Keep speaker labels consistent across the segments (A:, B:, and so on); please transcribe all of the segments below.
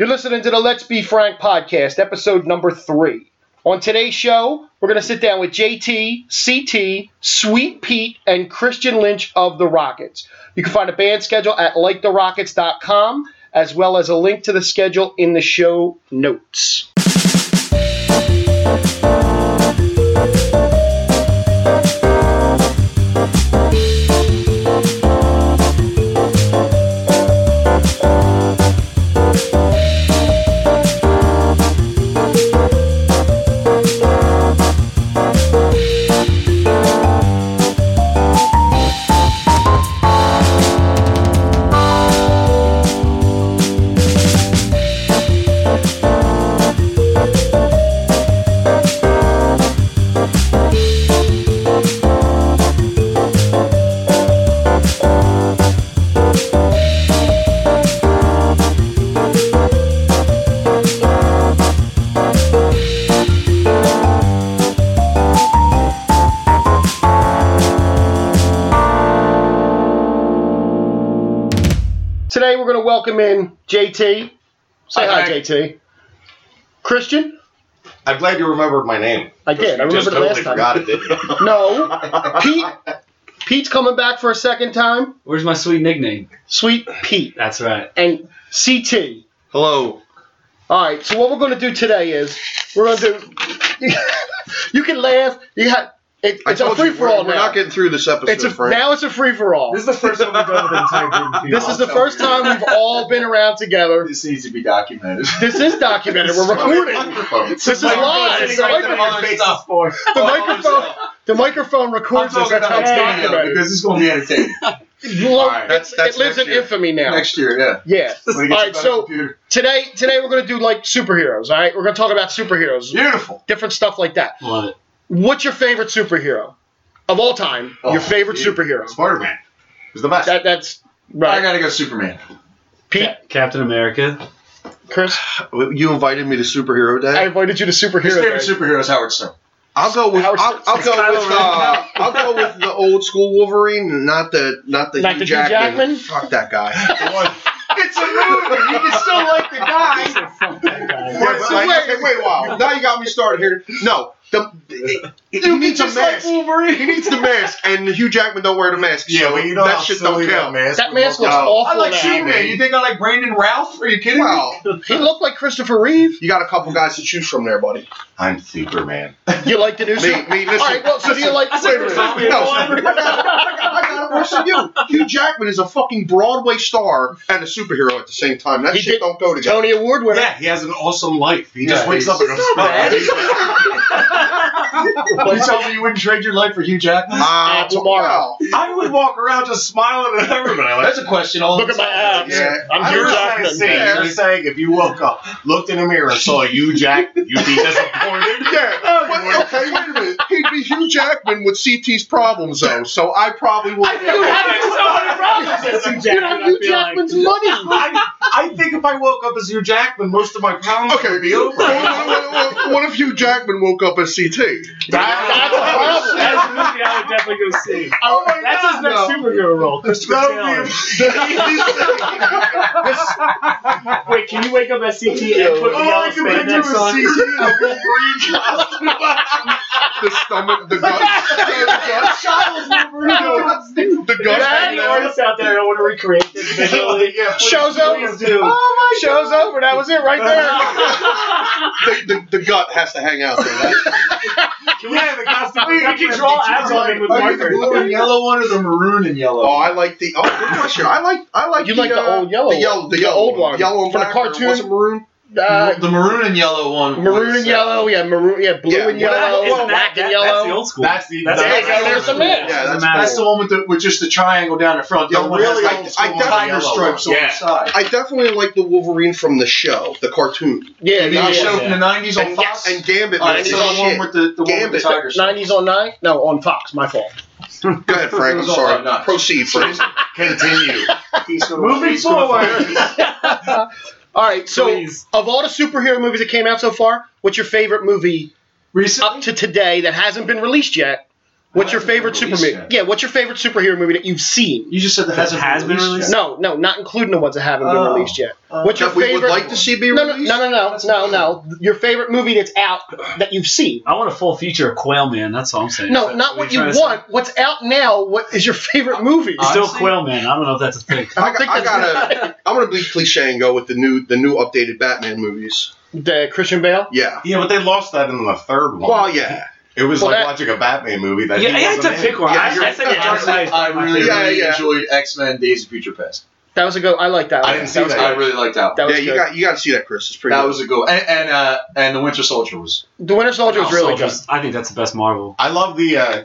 A: You're listening to the Let's Be Frank podcast, episode number three. On today's show, we're going to sit down with JT, CT, Sweet Pete, and Christian Lynch of the Rockets. You can find a band schedule at liketherockets.com, as well as a link to the schedule in the show notes. Today, we're going to welcome in JT. Say hi,
B: Hi, Frank.
A: JT. Christian?
C: I'm glad you remembered my name.
A: I did. I
C: You
A: remember
C: just
A: the last
C: totally
A: time.
C: forgot it, didn't you?
A: No. Pete? Pete's coming back for a second time.
B: Where's my sweet nickname?
A: Sweet Pete.
B: That's right.
A: And CT.
C: Hello.
A: All right. So what we're going to do today is we're going to do. you can laugh. You have. It,
C: I
A: it's a
C: told you,
A: free for
C: we're-
A: all
C: We're
A: now.
C: not getting through this episode,
A: It's a,
C: Frank.
A: now it's a free for all.
D: This is the first time we've done an entire group.
A: This is the first time we've all been around together.
D: This needs to be documented.
A: This is documented. We're recording.
C: Microphones.
A: This is live.
D: It's
A: The
D: like the
A: microphone,
D: other stuff for.
A: the microphone, the microphone records this. That's how it's documented.
D: because it's going to be entertaining
A: Well,
C: All right, that's-
A: it-
C: that's
A: it lives
C: next
A: in
C: year.
A: infamy now.
D: next year. Yeah.
A: Yeah.
D: When we
A: All
D: get
A: right.
D: you
A: So
D: back computer.
A: today, today we're gonna do like superheroes. All right. We're gonna talk about superheroes,
D: beautiful.
A: different stuff like that.
B: Love it.
A: What's your favorite superhero of all time?
D: Oh,
A: your favorite
D: dude.
A: superhero?
D: Spider-Man.
C: It's the best.
A: That that's
D: I
A: right.
D: gotta go Superman.
A: Pete,
B: Ca- Captain America.
A: Chris,
C: you invited me to superhero
A: I
C: day.
A: invited you to
D: His
A: superhero.
D: favorite
A: Day.
D: superhero is Howard Stern.
C: I'll go with I'll,
A: Howard
C: I'll go
D: Stern's Kylo
C: with
D: Ren.
C: uh, I'll go with the old school Wolverine, not the not the
A: Not
C: Hugh
A: the Hugh Jackman?
C: Jackman. Fuck that guy.
D: it's a movie. You can still like the guy.
C: Yeah, but
D: So
C: like-
D: wait,
C: okay, wait, wow. Now you got me started here. No, the it,
D: You
C: it, he
D: can
C: needs a
D: just like
C: mask.
D: Wolverine.
C: he needs the mask, and Hugh Jackman don't wear the mask. so that shit don't count.
E: mask.
A: That mask looks
C: No.
D: I
A: awful.
D: like
A: now.
D: Superman. You think I like Brandon Ralph? Are you kidding me?
C: Wow,
A: He looked like Christopher Reeve.
C: you got a couple guys to choose from there, buddy. I'm Superman.
A: You like the new
C: Me,
A: Superman?
C: me, listen.
A: All right. Well, so do you like?
B: I said
A: wait a minute.
B: Christopher.
C: No, I got a question you. Hugh Jackman is a fucking Broadway star and a superhero at the same time. That
A: He
C: shit
A: did-
C: don't go together.
A: Tony Award winner.
E: Yeah, he has an awesome life. He
D: Yeah,
E: just wakes
D: he's-
E: up and goes,
D: bad.
E: "Oh,
D: You tell me you wouldn't trade your life for Hugh Jackman?
C: Ah,
A: Uh, tomorrow.
C: well,
E: I would walk around just smiling at everybody. Like,
D: That's a question. All
A: Look at my abs.
C: Yeah.
A: I'm
E: I'm
A: Hugh
E: just
A: Jackman.
E: saying, I'm just saying, if you woke up, looked in the mirror, and saw you, Jack, you'd be disappointed. Oh,
C: Yeah. Well, okay, wait a minute. He'd be Hugh Jackman with CT's problems, though, so I probably would.
A: You
C: I,
A: have You have Hugh Jackman's money.
E: I, I think if I woke up as Hugh Jackman, most of my problems
C: Okay.
E: would be over.
C: what, what- what- what if Hugh Jackman woke up as CT?
A: That- that's a problem.
D: That's a movie I would definitely go see.
C: Oh my
D: That's his next superhero role, Christopher
E: That would be
D: Taylor.
F: Wait, can you wake up at CT and
A: Yo.
F: put
D: Oh,
F: the yellow spandex on?
C: the stomach, the gut, the gut, the gut.
F: There's any artists out there that want to recreate this visually?
A: Shows over. Oh,
F: Please do.
A: Shows over. That was it right there.
C: The, the, the gut has to hang out there. That's-
F: Yeah, the costume. We can draw abs on it with
D: Are you the
F: markers.
D: blue and yellow one or the maroon and yellow?
C: Oh, I like the. Oh, good question. I like. I like.
A: You like the
C: uh,
A: old yellow
C: The yellow. The,
A: the
C: yellow
A: old one.
C: Yellow and
A: For the
C: black, or
A: cartoon?
C: Was it maroon?
A: Uh,
D: the maroon and yellow one.
A: maroon and yellow. Yeah, maroon. Yeah, blue
C: Yeah,
A: and
C: well,
A: yellow.
F: isn't that-
A: black and
F: that-
A: yellow.
B: That's the old school.
E: That's the.
F: That's
E: that's
F: it.
E: the-
A: There's some
E: yeah.
A: math.
C: Yeah, that's
D: That's the one with the with just the triangle down the front. The
C: Yeah,
D: other one has
C: really,
D: the
C: I-
D: old
C: I
D: school
C: definitely
D: tiger
E: love
D: stripes
E: it.
D: on
E: Yeah.
D: the side.
C: I definitely like the Wolverine from the show, the cartoon,
D: You
A: yeah, yeah,
D: mean the
A: yeah.
D: show from the nineties on
C: and,
D: Fox?
C: and Gambit.
D: All
C: Man,
D: right, so
C: is
D: the one
C: shit.
D: with the, the one with the
C: Gambit.
D: tiger stripes.
A: 90s on 9? No, on Fox. My fault.
C: Go ahead, Frank. I'm
D: Oh,
C: sorry.
D: no.
C: Proceed, Frank.
E: Continue.
D: Moving forward.
A: All right, so
B: Please.
A: of all the superhero movies that came out so far, what's your favorite movie
D: Recently,
A: up to today that hasn't been released yet What's your favorite
E: Hasn't been released
A: superhero? Yeah, what's your favorite superhero movie that you've seen?
B: You just said that
F: That has been released?
A: No, no, not including the ones that haven't been
F: Oh.
A: released yet.
F: Uh,
A: What's your
C: that we
A: favorite?
C: would like to see be
A: no, no,
C: released?
A: no, no, no, no, no. Your favorite movie that's out that you've seen.
B: I want a full feature of Quail Man. That's all I'm saying. Is
A: No,
B: that
A: not
B: what
A: what you
B: you're
A: want.
B: trying to Uh,
A: What's out now? What is your favorite movie?
B: say? Still
E: Honestly-
B: Quail Man. I don't know if that's a thing.
C: I, got- I gotta. I'm gonna be cliche and go with the new, the new updated Batman movies.
A: the Christian Bale.
C: Yeah.
E: Yeah, but they lost that in the third one.
C: Well, yeah.
E: it was
A: well,
E: like
A: that-
E: watching a Batman movie. That
B: yeah,
E: he
B: I had to
E: wasn't in.
B: pick one.
C: Yeah,
B: I, I
C: you're-
B: said the Dark Knight. is
D: I
B: my
D: really,
B: favorite.
C: Yeah,
D: really
C: yeah.
D: enjoyed X Men: Days of Future Past.
A: That was a go. I like that.
E: I
A: one.
E: didn't see
A: was
E: that.
A: good.
D: I really liked that. One.
A: That was
C: yeah, you
A: good.
C: got you got to see that, Chris. It's pretty.
D: That
C: good.
D: was a go. And and, uh, and the Winter Soldier was.
A: the Winter Soldier was
B: Winter
A: really
B: Soldier's- I think that's the best Marvel.
E: I love the uh,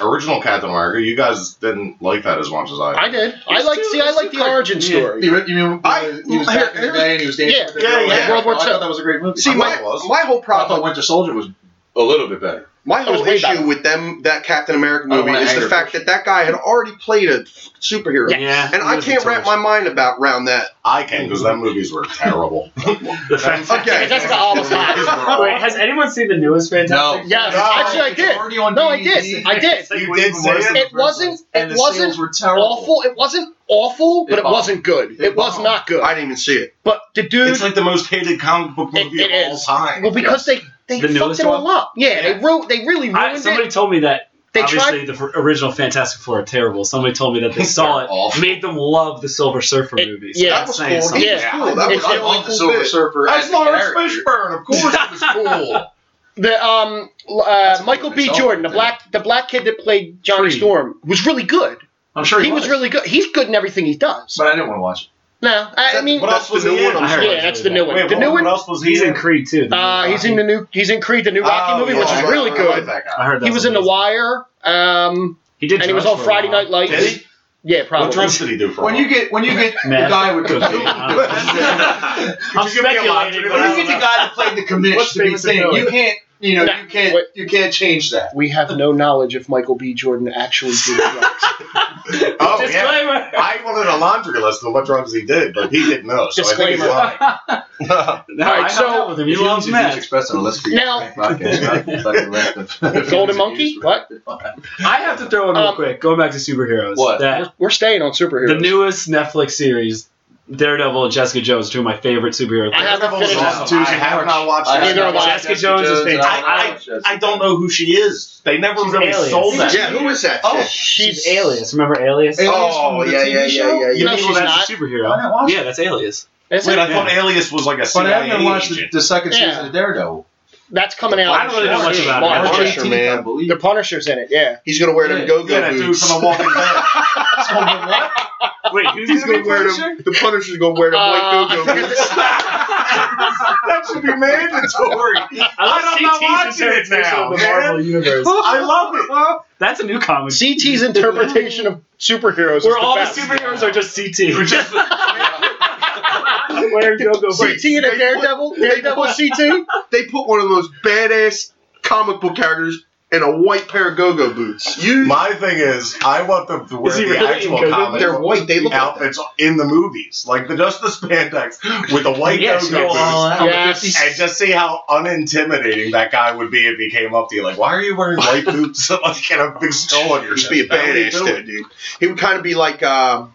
E: original Captain America. You guys didn't like that as much as I.
A: good. I did. I
B: It's
A: like.
B: too-
A: See, I
B: it's
A: like
B: too
A: the
B: quick.
A: origin
B: Yeah.
A: story.
D: You mean- you mean
C: I-
D: he was back in the day and he was dancing
A: Yeah.
D: with the
E: Yeah,
D: girl?
E: yeah.
A: World War
D: I
A: II.
D: thought that was a great movie.
C: See,
D: I
E: my-
C: my
D: thought-
E: was.
C: my whole
D: I
C: problem
D: thought Winter Soldier was a little bit better.
C: My
A: It was
C: whole
A: way
C: issue
A: better.
C: with them that Captain America
D: I don't
C: movie
D: wanna
C: is
D: anger
C: the fact that that guy had already played a f- superhero,
A: Yeah.
C: and I can't wrap my mind about around that.
E: I can because that movies were terrible.
B: The fact
C: Okay,
A: That's the almost
B: Wait, has anyone seen the newest Fantastic?
A: Yes,
D: No,
A: actually I
D: it's
A: did.
D: already on
A: No, I
D: DVD.
A: did. I did.
B: It's like
E: You
B: way
E: did
B: worse
E: say
B: than
E: it.
B: the
A: It
B: first
A: wasn't.
D: And
A: It
D: the
A: wasn't
D: sales were terrible.
A: awful. It wasn't awful, but
D: It
A: it
D: bombed.
A: wasn't good. It,
D: It
A: was
D: bombed.
A: not good.
C: I didn't even see it.
A: but the dude.
E: it's like the most hated comic book
A: It-
E: movie
A: it
E: of all
A: is.
E: time.
A: well, because they
B: The
A: they fucked
B: newest
A: it all
B: one?
A: up. Yeah, they wrote. They really ruined
B: I, somebody
A: it.
B: told me that
A: They
B: obviously
A: tried.
B: the f- original Fantastic Four are terrible. Somebody told me that they saw it,
E: awful.
B: made them love the Silver Surfer
A: It-
B: movies.
A: yeah.
B: That's
C: that
B: saying
C: was cool.
B: something.
C: He was
A: Yeah.
C: cool. That was
A: It's-
C: the
D: I
A: it-
C: only
D: love the
C: cool
D: Silver
C: bit.
D: Surfer.
E: That's
D: as a
E: Lawrence
D: character.
E: Fishburne. Of course, it was cool.
A: The um uh,
D: a
A: Michael B.
D: movie itself,
A: Jordan, the
D: yeah.
A: black the black kid that played Johnny
B: Creed.
A: Storm, was really good.
B: I'm sure
A: He was really good. He's good in everything he does.
D: But I didn't want to watch it.
A: No,
C: Is
A: I, I
C: that-
A: mean,
E: What else was
C: the
E: he
C: new
E: in?
C: one
B: I heard
A: yeah,
B: it was
A: that's
B: really
A: the new
B: bad.
A: one.
E: Wait,
A: the
E: what,
A: new
E: what
A: one.
E: else was he
B: He's in
E: in?
B: Creed too. the new
A: Uh, he's in the new. He's in Creed, the new Rocky
E: Oh,
A: movie,
E: yeah,
A: which is
E: I-
A: really
E: I like
A: good.
E: that guy.
B: I heard that
A: He was in The Wire. Um,
B: He did.
A: and he was on
B: drugs for a
A: Friday
B: while.
A: Night Lights.
E: Did he?
A: Yeah,
E: What
A: probably.
E: drugs did he do for?
D: When you get when you get the
B: Meth.
D: guy with the
B: Could be. I don't
D: when
B: I'm
E: give me a lot to
B: speculating.
E: do.
B: but I
D: you
B: don't
D: get the
B: know.
D: guy that played the commish
B: What's
D: to be
B: famous
D: saying,
B: ability?
D: you can't you know
A: Nah,
D: you can't
A: wait.
D: you can't change that.
A: We have no knowledge if Michael B. Jordan actually did drugs.
E: oh yeah,
B: Disclaimer.
E: I wanted a laundry list of what drugs he did, but he didn't know. So I think he's lying.
B: No,
A: All right,
B: I
A: so-
B: hung out with him. He
D: If you
B: loves
D: use the
B: meth.
D: Music Express on a list for your
A: Now-
D: podcast, right? It's like the rest of-
A: Golden Monkey? What?
B: I have to throw in real
A: Um,
B: quick. Going back to superheroes.
D: What?
B: That
A: We're staying on superheroes.
B: the newest Netflix series, Daredevil and Jessica Jones, two of my favorite superhero.
A: I haven't
E: Daredevil's
A: finished
E: awesome.
B: it.
E: I have not watched
D: I
E: it.
D: have
A: Neither
D: not
A: have I.
D: watched
B: Jessica Jones is
D: and
B: fantastic.
D: I don't know
E: I don't know who she is. They never
B: She's
E: really
B: alien.
E: sold that.
C: Yeah, who is that?
D: Oh,
C: chick?
A: she's
B: She's Alias. Remember Alias?
D: Alias
C: Oh,
D: from the
C: yeah,
D: TV
C: yeah, yeah,
D: show?
C: yeah, yeah.
A: No,
B: well,
A: she's not.
B: that's a
D: Why
B: superhero.
D: not watch
B: Yeah, that's Alias.
A: That's,
E: Wait,
A: it.
E: I thought
B: Yeah.
E: Alias was like a
D: But I
E: CIA
D: haven't watched the,
E: agent.
D: the second
A: Yeah.
D: season of Daredevil.
A: that's coming out.
B: I don't really know much about it.
A: March.
C: March.
D: March 18th, I
C: man.
D: believe.
A: The Punisher's in it. Yeah,
C: He's gonna wear them
D: Yeah.
C: go-go
E: Yeah, that dude
C: boots.
E: from The Walking Dead.
B: Wait, who's
C: He's
B: gonna
C: gonna
B: be
C: wear
B: Punisher?
C: them. The Punisher's gonna wear them
A: Uh,
C: white
A: I
C: go-go
A: forget
C: boots.
E: that should be mandatory. I'm not
B: CT's
E: watching it
B: interpretation
E: now,
B: of the
E: man.
B: Marvel universe.
E: I love it.
B: That's a new comic.
A: CT's interpretation of superheroes. is
B: Where all the
A: best.
B: superheroes are just CT.
E: We're just-
B: Where go-go
A: CT
B: breaks.
A: and a Daredevil. Daredevil CT.
C: They put one of those badass comic book characters in a white pair of go-go boots. You,
E: My thing is, I want them to wear
B: Is he
E: the
B: really
E: actual
B: in
E: comic
C: they're white. They look like
E: outfits in the movies, like the just the spandex with the white
B: Yes,
E: go-go
B: yes.
E: boots.
A: Yes.
E: And just see how unintimidating that guy would be if he came up to you, like, "Why are you wearing white boots? like, and a big skull on your
C: Just be a
E: chest?" That would be
C: badass dude, dude. He would kind of be like, um,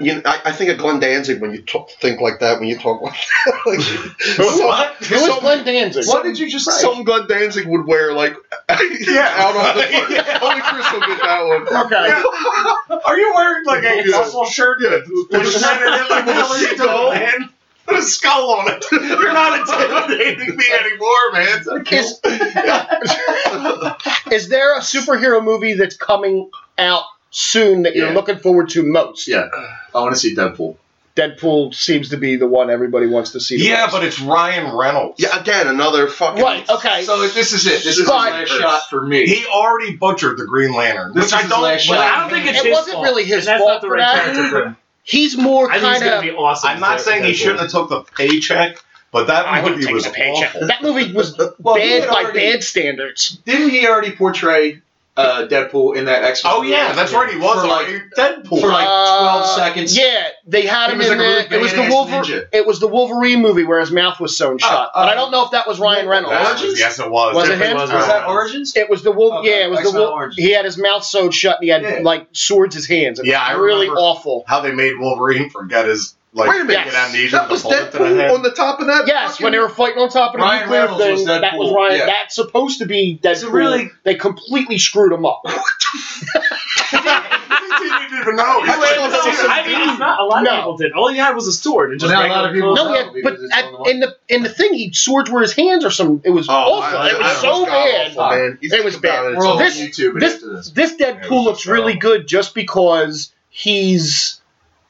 C: you know, I, I think of Glenn Danzig when you talk, think like that. When you talk like, that. like
E: What?
A: Who is Glenn Danzig?
D: What did you just say?
C: something Glenn Danzig would wear, like
E: Yeah.
C: out on the only Chris will get that
A: Okay.
C: one.
E: Are you wearing like a
C: Yeah.
E: muscle shirt?
C: Yeah.
E: With a shirt in it, like, what the hell are you doing, man? Put a skull on it. You're not intimidating me anymore, man.
A: Is, is there a superhero movie that's coming out soon that you're
D: Yeah.
A: looking forward to most?
D: Yeah. I want to see Deadpool.
A: Deadpool seems to be the one everybody wants to see. the
E: Yeah,
A: most.
E: but it's Ryan Reynolds.
C: Yeah, again, another fucking.
A: right. Okay.
D: So this is it. This is his
A: But-
D: last shot for me.
E: He already butchered the Green Lantern.
D: This
E: which
D: is
E: I
D: his
E: don't.
D: last
B: But
E: like.
B: I don't think it's
A: It
B: his
A: wasn't
B: fault.
A: really his
B: and that's
A: fault
B: not the
A: for
B: right
A: that.
B: character for him.
A: he's more
B: I think he's
A: kind
B: gonna
A: of.
B: be awesome.
E: I'm not
B: as
E: saying he
B: Deadpool.
E: shouldn't have took the paycheck, but
A: I
E: that
A: wouldn't
E: movie
A: take
E: was
A: the paycheck.
E: awful.
A: That movie was
D: Well, he
A: bad
D: had
A: by
D: already-
A: bad standards.
D: Didn't he already portray
G: uh, Deadpool in that X.
E: Oh yeah, that's right. He was
G: for like
E: already.
G: Deadpool for like twelve seconds.
A: Uh, Yeah, they had
G: He
A: him
G: was
A: in
G: like a
A: there.
G: really
A: it was the
G: badass
A: Wolverine.
G: ninja. Oh, uh,
A: It was the Wolverine movie where his mouth was sewn shut. but I don't know if that was Ryan Reynolds.
E: That was- yes, it was.
A: Was it
E: Definitely
A: him?
E: was uh,
G: Was
E: Ryan
G: that
E: Reynolds.
G: Origins?
A: It was the wolf.
G: Okay,
A: yeah, it was
G: X-Men
A: the wolf.
G: Origins.
A: He had his mouth sewed shut. and He had
G: Yeah.
A: like swords his hands. It
E: Yeah, I
A: was really
E: remember.
A: awful.
E: How they made Wolverine forget his like
C: Wait a minute.
E: get amnesia.
C: That
E: with
C: was
E: the bullet I had.
C: Deadpool on the top of that.
A: Yes,
C: fucking-
A: when they were fighting on top of the
G: Ryan
A: nuclear
G: Reynolds
A: thing,
G: was
A: that was
G: Deadpool,
A: Ryan.
G: yeah.
A: That's supposed to be Deadpool.
G: So really-
A: they completely screwed him up.
E: he didn't even know. He's
C: Wait,
E: like,
C: what's
E: "Dude,
C: that?
F: I mean, not a lot of
A: No.
F: people did. All you had was a sword. And just
D: Well, now a
F: regular
D: lot of people-
F: clothes.
A: no, yeah,
G: probably
A: but
G: because it's
A: at,
G: on the Oh, one-
A: in the in the thing, he swords were his hands or some. It was awful.
E: I-
A: it
E: I-
A: was
E: I
A: so
E: was
A: bad.
C: god-awful, man. You
A: It
C: think
A: was
C: about
A: bad.
C: it,
G: We're all
A: This-
G: on YouTube
A: this-
G: after this.
A: This
E: it
A: Deadpool
E: was
A: looks really good just because he's.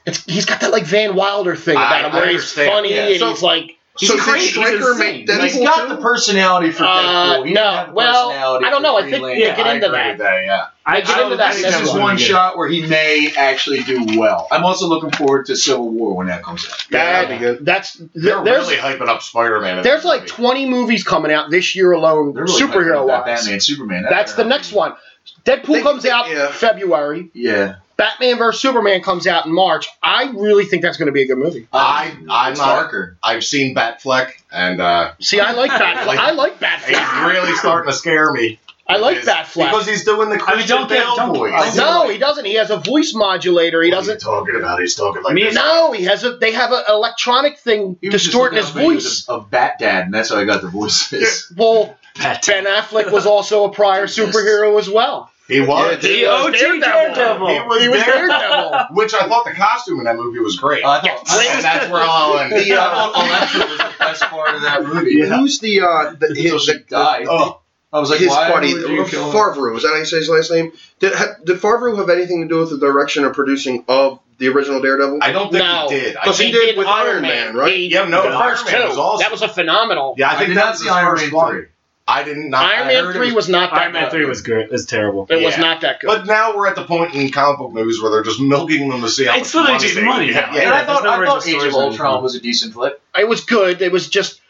A: It's, he's got that like Van Wilder thing
E: I-
A: about him
E: I
A: where he's
E: understand,
A: funny
G: yeah.
A: and
C: So-
A: he's like
C: So did Stryker make
G: But he's
C: Deadpool
G: got
C: too?
G: the personality for
A: Uh,
G: Deadpool. He didn't
A: no,
G: have the
A: well,
G: personality
A: I don't
G: for
A: know. I
G: Green
A: think they
E: yeah,
A: get
E: I
A: into
E: agree
A: that.
E: with that. Yeah.
F: I
A: get into that
G: That's
A: next
G: just
A: one.
G: one shot where he may actually do well. I'm also looking forward to Civil War when that comes out.
C: Yeah,
A: That-
C: that'd be good.
A: That's th-
E: They're
A: there's
E: really hyping up Spider-Man. in
A: there's
E: this
A: like
E: movie.
A: 20 movies coming out this year alone,
G: They're really hyping
A: superhero
G: up that
A: wise.
G: Batman, Superman. that
A: That's the
G: better-
A: next one. Deadpool
C: They-
A: comes
C: they-
A: out
C: yeah.
A: February.
G: Yeah,
A: Batman vs Superman comes out in March. I really think that's going to be a good movie.
E: I- I'm
G: It's
E: not-
G: darker.
E: I've seen Batfleck, and uh,
A: See, I like Batfleck.
E: Like-
A: I like
E: he's
A: Batfleck.
E: really starting to scare me.
A: I like
E: Because-
A: Batfleck.
G: he's doing the
F: I mean, don't get don't
G: Bale
F: I
G: voice.
A: No, he doesn't. He has a voice modulator. He
E: What are you
A: doesn't.
E: talking about? He's talking like
F: Me
E: this.
A: No, he has a. They have an electronic thing
G: He was just
A: distorting his
G: looking up videos
A: voice.
G: of, of Bat Dad, and that's how I got the voices.
A: Well,
F: Bat-
A: Ben Affleck was also a prior superhero as well.
E: He was.
C: Yeah,
F: The OG Daredevil.
E: He was,
A: He was
E: there,
A: Daredevil.
E: which I thought the costume in that movie was great.
G: Oh, I thought,
A: Yes.
G: I
E: and that's where I'll end.
C: The,
G: thought
C: uh,
G: Electra was the best part of that movie.
C: Who's the uh the, his,
G: Until she
C: the,
G: died.
E: oh.
G: I was like,
C: his
G: why
C: buddy
G: would you kill him?
C: Favreau? Is that how you say his last name? Did ha, did Favreau have anything to do with the direction or producing of the original Daredevil?
E: I don't think
A: No.
E: he did. I
C: Because he
E: think,
C: did with Iron Man, right?
A: He-
E: Yeah, no,
A: the
E: the
A: first
E: Iron Man
A: two.
E: was awesome.
A: That was a phenomenal.
E: yeah, I
G: I
E: think
G: did
E: that
G: not
E: was
G: see
E: his
G: Iron
E: first
G: Man
E: one.
G: three.
E: I did not.
A: Iron
G: I
A: Man
G: heard it
A: three was,
G: was-
A: not that.
F: Iron Man
A: good.
F: three was great. It's terrible.
A: It was
E: Yeah.
A: not that good.
E: But now we're at the point in comic book movies where they're just milking them to see how
F: It's
E: much
F: literally
E: money
F: just
E: they
F: money
E: Can get.
F: now. Yeah,
G: and I thought,
F: there's no
G: I
F: original
G: thought Age
F: stories
G: of
F: or
G: Ultron
F: anything.
G: was a decent flick.
A: it was good. It was just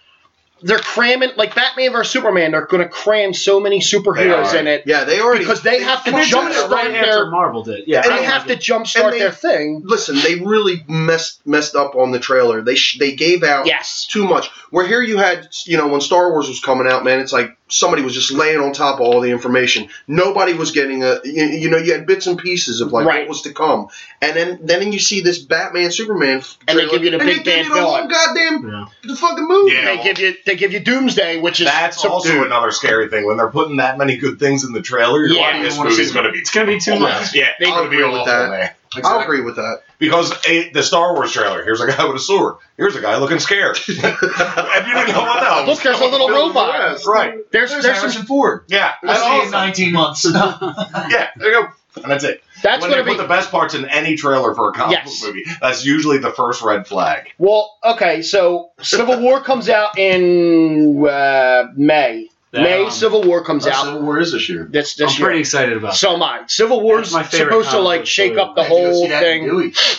A: they're cramming like Batman versus Superman. They're going to cram so many superheroes
E: They are.
A: in it
C: yeah, they already
A: because they have to
F: And they're doing
A: jumpstart
F: it right after
A: their
F: Marvel did. Yeah,
A: and
F: I
A: they
F: don't like
A: have to
F: it.
A: jumpstart
C: And they-
A: their thing.
C: listen. They really messed messed up on the trailer. They sh- they gave out
A: Yes,
C: too much. Where here you had, you know, when Star Wars was coming out, man, it's like somebody was just laying on top of all the information. Nobody was getting a, you, you know, you had bits and pieces of like
A: Right.
C: what was to come, and then then you see this Batman Superman, f-
A: And they
C: trailer,
A: give you the
C: and
A: big
C: they give
A: bad
C: you the whole
A: villain.
C: goddamn
F: Yeah.
C: the fucking movie.
E: Yeah.
A: they give you they give you Doomsday, which is
E: That's
A: so-
E: also
A: dude,
E: another scary thing when they're putting that many good things in the trailer. Your
A: Yeah.
E: yeah, this movie's going to be
F: It's gonna be too much.
E: Yeah,
A: They-
E: it's
C: I'll
E: going to be
C: agree with
E: awful,
G: Uh,
C: that.
E: man.
C: I'll
G: Exactly.
C: agree with that.
E: Because eh, the Star Wars trailer, here's a guy with a sword. Here's a guy looking scared. and you didn't know what the hell.
A: Look, there's a little robot.
C: Yes.
E: Right.
A: There's
G: There's,
A: there's some
G: Harrison Ford.
E: Yeah.
G: I've
E: That's
G: seen it in
E: awesome.
G: 19 months.
E: Yeah. There you go. And that's it.
A: that's
E: when
A: going to
E: they
A: be
E: put the best parts in any trailer for a comic
A: Yes.
E: book movie, that's usually the first red flag.
A: well. Okay, so Civil War comes out in uh, May.
F: That,
A: May
F: um,
A: Civil War comes out.
G: Civil War is this year.
A: That's
F: I'm
A: this year.
F: pretty excited about. it.
A: So am I. Civil
F: That's
A: War's
F: my favorite
A: supposed to
F: comic
A: like
F: book
A: shake
F: movie.
A: up the
G: I had to go
A: whole
G: see that in
A: thing.
G: Dewey. Uh,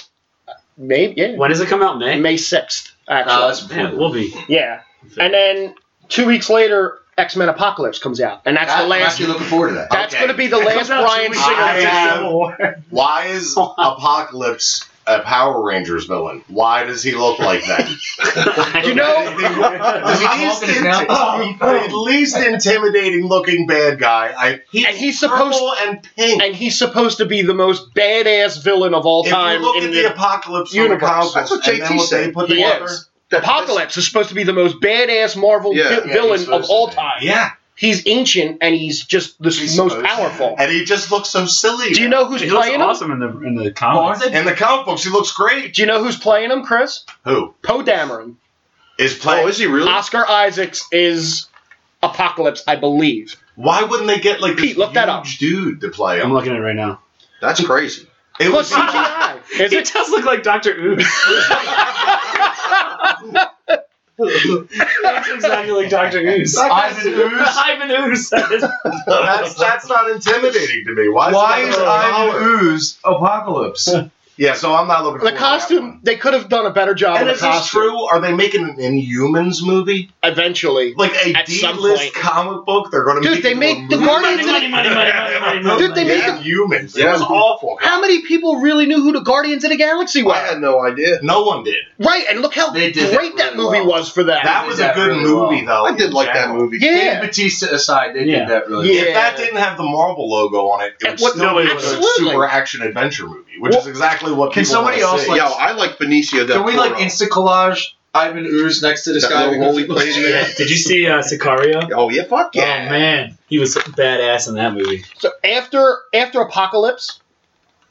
A: Maybe yeah.
F: When does it come out, May?
A: May sixth, actually.
G: No, Uh, that's
F: Yeah, we'll be.
A: yeah. And then two weeks later, X Men Apocalypse comes out, and that's
G: That-
A: the
G: I'm
A: last.
G: actually looking forward to that.
A: That's
E: Okay.
A: going to be the
F: It
A: last
F: comes out two
A: Brian
F: weeks
A: Singer.
E: I
F: after
E: am-
F: Civil War.
E: Why is Apocalypse a Power Rangers villain? Why does he look like that?
A: You know-
E: the least,
G: Hawkins now?
E: Oh, the least intimidating looking bad guy. I, he's
A: And he's supposed-
E: purple and pink.
A: and he's supposed to be the most badass villain of all
E: if
A: time.
E: you look
A: in
E: at the,
A: the,
E: apocalypse
A: universe.
E: universe,
C: That's what
E: and then
C: JT
E: what they
C: said.
E: put
A: He
E: together,
A: is. Apocalypse is supposed to be the most badass Marvel
C: Yeah,
A: vi-
C: yeah,
G: he's
A: villain of
G: supposed
A: all
G: to be.
A: time.
E: yeah,
A: He's ancient and he's just the s-
G: He's
A: most
G: supposed to be.
A: powerful.
E: and he just looks so silly.
A: Do you know who's
F: He looks
A: playing him?
F: awesome in the in the
G: Oh, aren't
F: comics.
G: they-
E: In the comic books, he looks great.
A: Do you know who's playing him, Chris?
E: Who
A: Poe Dameron.
E: is playing?
C: Oh, is he really?
A: Oscar Isaacs is Apocalypse, I believe.
E: Why wouldn't they get like this
A: Pete, look that up.
E: huge dude to play
F: I'm
E: him?
F: looking at it right now.
C: That's crazy.
E: It
A: Plus
E: was
A: CGI. Is
F: He
A: it?
F: does look like Doctor Ooze. That's exactly like Doctor Ooze.
G: Ivan Ooze.
F: Ivan Ooze.
E: that's that's not intimidating to me. Why,
G: Why
E: it
G: is
E: a dollar?
G: Ivan Ooze Apocalypse? Yeah, so I'm not
A: The
G: looking. forward to that
A: costume,
G: one.
A: they could have done a better job
G: And
A: of
G: is
A: the costume.
G: this true? Are they making an Inhumans movie?
A: Eventually.
G: Like a
A: At some
G: D-list
A: point.
G: comic book? They're going to
A: Dude,
G: make
A: they
G: into
A: make
G: a
A: the
G: movie?
A: Guardians of
F: money,
A: the
F: money, money, money, money, money,
A: Dude, they
F: money.
A: made
G: Yeah, humans. It
C: Yeah.
G: was awful.
A: How many people really knew who the Guardians of the Galaxy were?
C: I had no idea.
G: No one did.
A: Right, and look how
G: They
A: great
G: did
A: that,
G: that really
A: movie
G: well.
A: was for that.
G: That
F: did
G: was a
F: that
G: good
F: really
G: movie, though.
C: I did like that movie.
G: Dave
A: yeah.
G: Batista aside, they
F: Yeah.
G: did that really. well.
A: Yeah.
G: If that didn't have the Marvel logo on it, it would
A: What-
G: still
F: no,
G: be a
A: absolutely.
G: super action adventure movie, which is exactly what.
B: Can
G: people
B: somebody
G: wanna
B: else,
G: see.
B: like,
C: Yo, I like Benicio del
G: Can we like
C: Toro.
G: insta collage Ivan Ooze next to this
C: That
G: guy?
C: little
G: because
C: role he
G: it looks-
C: plays in there?
B: Did you see uh, Sicario?
C: Oh yeah, fuck
B: Oh
C: yeah.
B: man, he was badass in that movie.
A: So after after Apocalypse,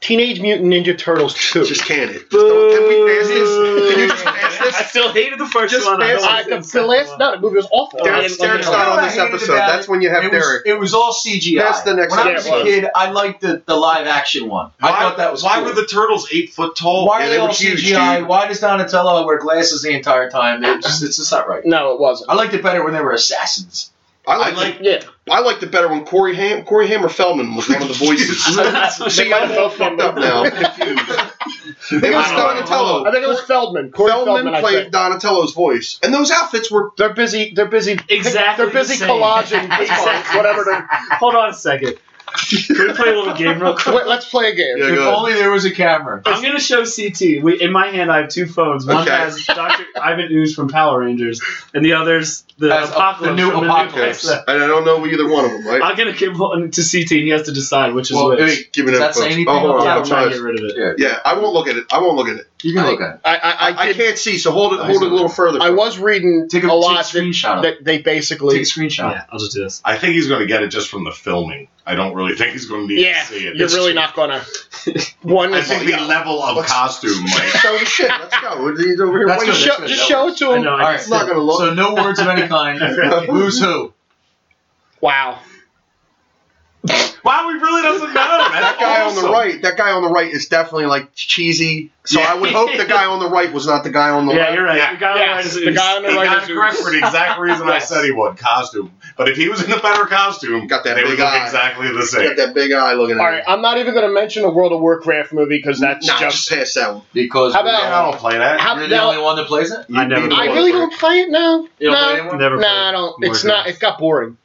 A: Teenage Mutant Ninja Turtles 2.
C: Just can it. Just don't- Can we pass this? Can you just pass
B: I
C: this?
B: still hated the first
C: Just Oh,
B: one. I
C: pass-
B: know
A: I,
B: it's-
A: the, the last, no, the movie was awful. I
C: Derek's
A: didn't like
C: Derek's
A: it.
C: not on this
G: I hated
C: episode.
G: about
C: That's when you have
G: It was,
C: Derek.
G: it was all CGI.
C: That's the next
G: When I
A: thing.
G: was
A: Yeah, it
G: a
A: was.
G: kid, I liked the, the live action one.
E: Why,
G: I thought that was.
E: why
G: cool.
E: were the turtles eight foot tall?
G: Why
C: Yeah,
G: are
C: they
G: Oh, they
C: were
G: all
C: huge,
G: CGI?
C: dude.
G: Why does Donatello wear glasses the entire time? They're just, it's just not right.
A: No, it wasn't.
G: I liked it better when they were assassins.
C: I
E: I
C: like.
E: like
A: Yeah.
C: I liked it better when Corey Ham Corey Hammer Feldman was one of the voices.
A: They
B: Oh,
C: See,
A: might
C: I'm
A: have
C: all
A: both been
C: fucked up
A: there.
C: now.
A: I
C: I'm confused. It was
E: I don't know.
C: Donatello.
A: think it was Feldman. Corey Feldman,
C: Feldman
A: I
C: played
A: think.
C: Donatello's voice, and those outfits were
A: They're busy. They're busy.
B: Exactly
A: They're busy
B: the same.
A: collaging
B: Exactly.
A: whatever. They're,
B: Hold on a second. Can we play a little game real quick?
A: wait, let's play a game.
C: Yeah,
G: if
C: go ahead.
G: only there was a camera.
B: I'm gonna show CT. We, in my hand, I have two phones. One
C: Okay.
B: has Doctor Ivan Ooze from Power Rangers, and the other's the
G: That's a-
B: apocalypse.
G: the new
B: from
G: Apocalypse.
B: The new place.
C: and I don't know either one of them. Right?
B: I'm gonna give one to CT. and He has to decide which is
G: Well,
B: which.
G: wait,
C: Give me
G: Does
C: another
G: that say
C: photo.
G: anything?
C: Oh, hold on,
B: yeah,
C: I'm
B: I'm trying
C: trying
B: to get rid of it.
C: Yeah, I won't look at it. I won't look at it.
G: You can look at it.
A: I I, I,
C: I,
A: did,
C: can't see, so hold it.
G: I
C: Hold it
G: see.
C: a little further.
A: I was reading
G: Take a,
A: a, lot
G: take a
A: that,
G: screenshot. of it.
A: that they
G: Take a
A: basically.
G: screenshot.
B: Yeah, I'll just do this.
E: I think he's going to get it just from the filming. I don't really think he's going to need
A: Yeah,
E: to see it.
A: you're really not gonna. One
E: I
A: is
E: think the level of
C: Let's-
E: costume might.
C: so the shit. Let's go. We're he's over here.
G: That's
C: waiting.
G: good.
A: show, just show it to
B: I
A: him.
B: know.
G: All
B: I
G: right.
C: It's not gonna look.
G: So no words of any kind. Who's who?
A: Wow.
E: Wow, he really doesn't know.
C: that
E: That
C: guy on the right. That guy on the right is definitely like cheesy. So
B: Yeah.
C: I would hope the guy on the right was not the guy on the
B: Yeah,
C: left.
B: you're right.
E: Yeah.
B: The guy on the right
A: Yes,
B: is
A: the guy on the
E: He
A: right
E: got
A: is
E: it correct for the exact reason I said he would costume. But if he was in a better costume,
C: Got that
E: they
C: big
E: would look
C: eye.
E: exactly the
C: He
E: same.
C: Got that big eye looking at
A: All right, I'm not even going to mention a World of Warcraft movie because that's
C: nah,
A: just.
C: just pass that one.
G: Because
A: How
G: we
A: about-
E: Man, I don't play that.
A: How,
G: you're the
A: now-
G: only one that plays it.
B: I never.
A: I really don't play it now.
G: You don't play
A: no,
G: anymore?
B: Never.
A: no, I don't. It's not. It got boring.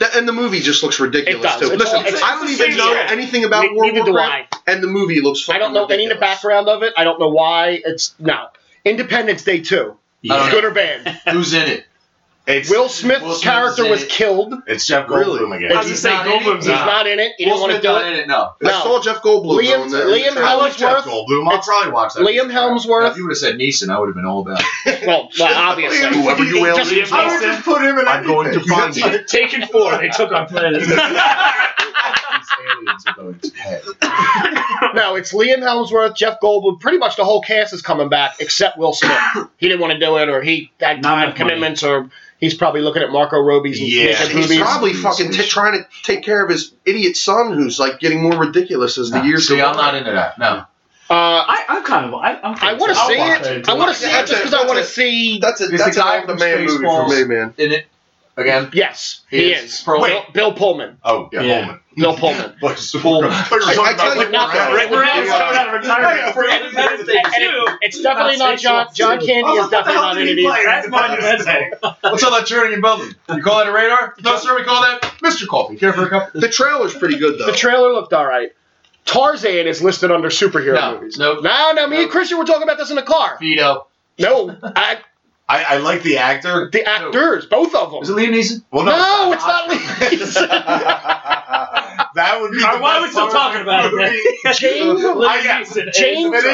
C: That, and the movie just looks
A: It
C: ridiculous
A: does.
C: too.
A: It's
C: Listen,
A: all- it's-
C: I don't
E: it's
C: even
E: the
C: know
E: same shit.
C: anything about
A: Ne-
C: World
A: neither
C: of
A: do
C: Warcraft,
A: I.
C: and the movie looks. Fucking
A: I don't know any of the
C: ridiculous.
A: background of it. I don't know why. It's no. Independence Day two,
G: I don't
A: good or bad.
G: Who's in it?
E: It's,
A: Will Smith's
G: Will Smith
A: character
G: is
A: was
G: in it.
A: killed.
E: it's Jeff
C: Really?
E: Goldblum
B: I
E: again.
B: was
G: He's
B: just saying,
G: not in it?
B: Goldblum's
A: He's not in it. He
G: Will
A: didn't want to
G: Smith
A: do
G: not
A: it.
G: in it. No.
A: No.
C: I saw Jeff Goldblum.
A: Liam-
C: on the-
A: Liam
C: the-
E: I like Jeff
A: Hellsworth.
E: Goldblum. I'll
A: It's
E: probably watch that.
A: Liam
G: Now, if
A: Helmsworth.
G: you would have said Neeson, I would have been all about. it.
A: Well, well, obviously.
C: Whoever you will,
A: Just-
B: Liam
E: I would
B: Neeson.
E: just put him in
G: I'm
E: anything.
G: going to find you.
B: Taken four. They took our planet.
G: These aliens are going to pay.
A: No, it's Liam Helmsworth, Jeff Goldblum. Pretty much the whole cast is coming back except Will Smith. he didn't want to do it, or he had
B: Not
A: time
B: enough money.
A: commitments, or he's probably looking at Marco Robbie's
E: Yeah,
A: naked
C: He's
A: movies.
C: probably fucking t- trying to take care of his idiot son, who's like getting more ridiculous as
G: No.
C: the years
G: See,
C: go
G: I'm
C: on.
G: not into that. No.
A: Uh,
B: I, I'm kind of. I, I'm
A: I want to
B: I'll
A: see
B: watch
A: it. I want to see it
C: That's
A: just
C: a-
A: because I
C: that's
A: want to
C: a-
A: see.
C: That's a
G: He's
C: that's
G: the
C: an
G: guy
C: off the
G: from
C: man movie
G: Spaceballs.
C: for me, man.
G: In it again.
A: Yes, he
G: Yes.
A: is.
G: Pearl-
A: Bill, Bill Pullman.
E: Oh, yeah.
B: Yeah.
E: Pullman.
A: Bill Pullman.
E: But
G: Pullman.
C: I tell you what, though.
B: Right, we're out. We're out of
E: Yeah,
B: retirement.
E: for
B: For
E: Independence
B: Independence
E: Day
B: Day
A: And
B: two.
A: it- it's definitely
B: Not
A: not John. John Candy is definitely not in it either.
B: That's monumental.
G: What's all that cheering in your building? You call that a radar? No, sir, we call that Mr. Coffee. Care for a cup?
C: The trailer's pretty good though.
A: The trailer looked all right. Tarzan is listed under superhero
G: No,
A: movies.
G: no.
A: No, no, me and Christian were talking about this in the car.
G: Vito.
A: No, I,
E: I, I like the actor.
A: the actors, both of them.
G: Is it Liam Neeson?
E: Well, no.
A: No, it's not Liam
E: that would be.
B: All
E: the
B: right, why are we
E: best
B: still
E: part
B: talking
E: of
B: about it
E: the
B: then?
E: movie.
A: James
B: I
A: Liam
B: got
A: Neeson.
B: it.
A: James
E: It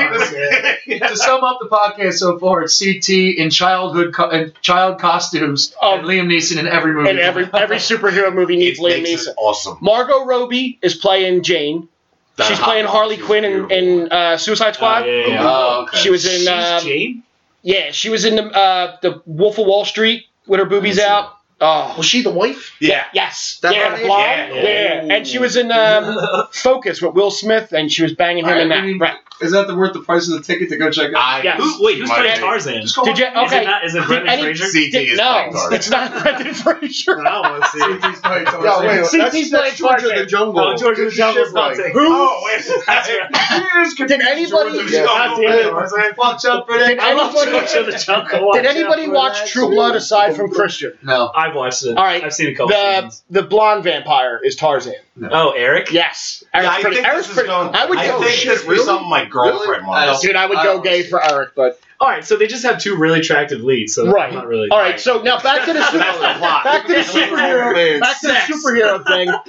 E: is.
G: to sum up the podcast so far, it's CT in childhood co- in child costumes
A: Um,
G: and Liam Neeson in every movie.
A: and every every superhero movie needs
E: It
A: Liam
E: makes it
A: Neeson.
E: Awesome.
A: Margot Robbie is playing Jane.
E: That
A: She's
E: hot
A: playing
E: girl.
A: Harley
E: She's
A: Quinn in,
E: beautiful.
A: in uh, Suicide Squad.
B: Oh, yeah, yeah.
G: Oh, okay.
A: She was in
B: She's
A: um,
B: Jane.
A: uh, yeah, she was in the uh, the Wolf of Wall Street with her boobies
G: I see
A: out. Oh,
C: Was she the wife?
A: yeah. Yes.
C: That
A: yeah,
C: body?
A: blonde.
B: Yeah,
A: Yeah,
C: yeah.
A: And she was in um, Focus with Will Smith, and she was banging him
G: I
A: in that.
G: mean-
A: right.
G: Is that the worth the price of the ticket to go check it out?
E: I,
A: Yes.
B: Who, wait, who's
E: My
B: playing
E: bad.
B: Tarzan?
G: Just go
A: Did you?
B: Is it
A: Okay.
B: not? Is it Brendan
A: any-
B: Fraser?
E: CT is
A: no,
E: playing Tarzan.
A: it's not Brendan Fraser.
B: I don't want to see.
G: CT's play Tarzan.
C: Yeah, wait,
A: See,
C: that's,
A: he's
C: that's
A: playing
C: George of the
A: Tarzan.
C: Jungle.
B: Oh, George of the
C: Get
B: Jungle
C: your
B: is
C: shit
B: not
C: right.
B: taking.
A: Who?
E: Oh, it's, that's right.
A: Did anybody?
E: George of the
A: Yeah.
E: Jungle.
A: God damn it.
D: Watch out for
A: Did
D: that.
B: I love
A: anybody?
B: George of the Jungle. Watch
A: Did
B: out
A: anybody
B: for
A: watch
B: that.
A: True Blood aside from Christian?
G: No.
B: I've watched it.
A: All right.
B: I've seen a couple.
A: The
B: seasons.
A: the blonde vampire is Tarzan.
B: Oh, Eric.
A: Yes,
E: Yeah,
A: Eric's
E: I
A: pretty.
E: think
A: Eric's
E: this is
A: pretty.
E: going-
A: I would
E: I
A: go.
E: think this was something my girlfriend
C: Really?
E: wants.
A: Dude, I would go gay for Eric, but
B: All right, so they just have two really attractive leads. So
A: Right. Uh,
B: I'm not really.
A: all right. So now back to the super,
B: That's the plot.
A: back to the superhero,
C: Man,
A: back to the superhero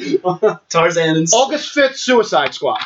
A: thing.
B: Tarzan and
A: August fifth, Suicide Squad.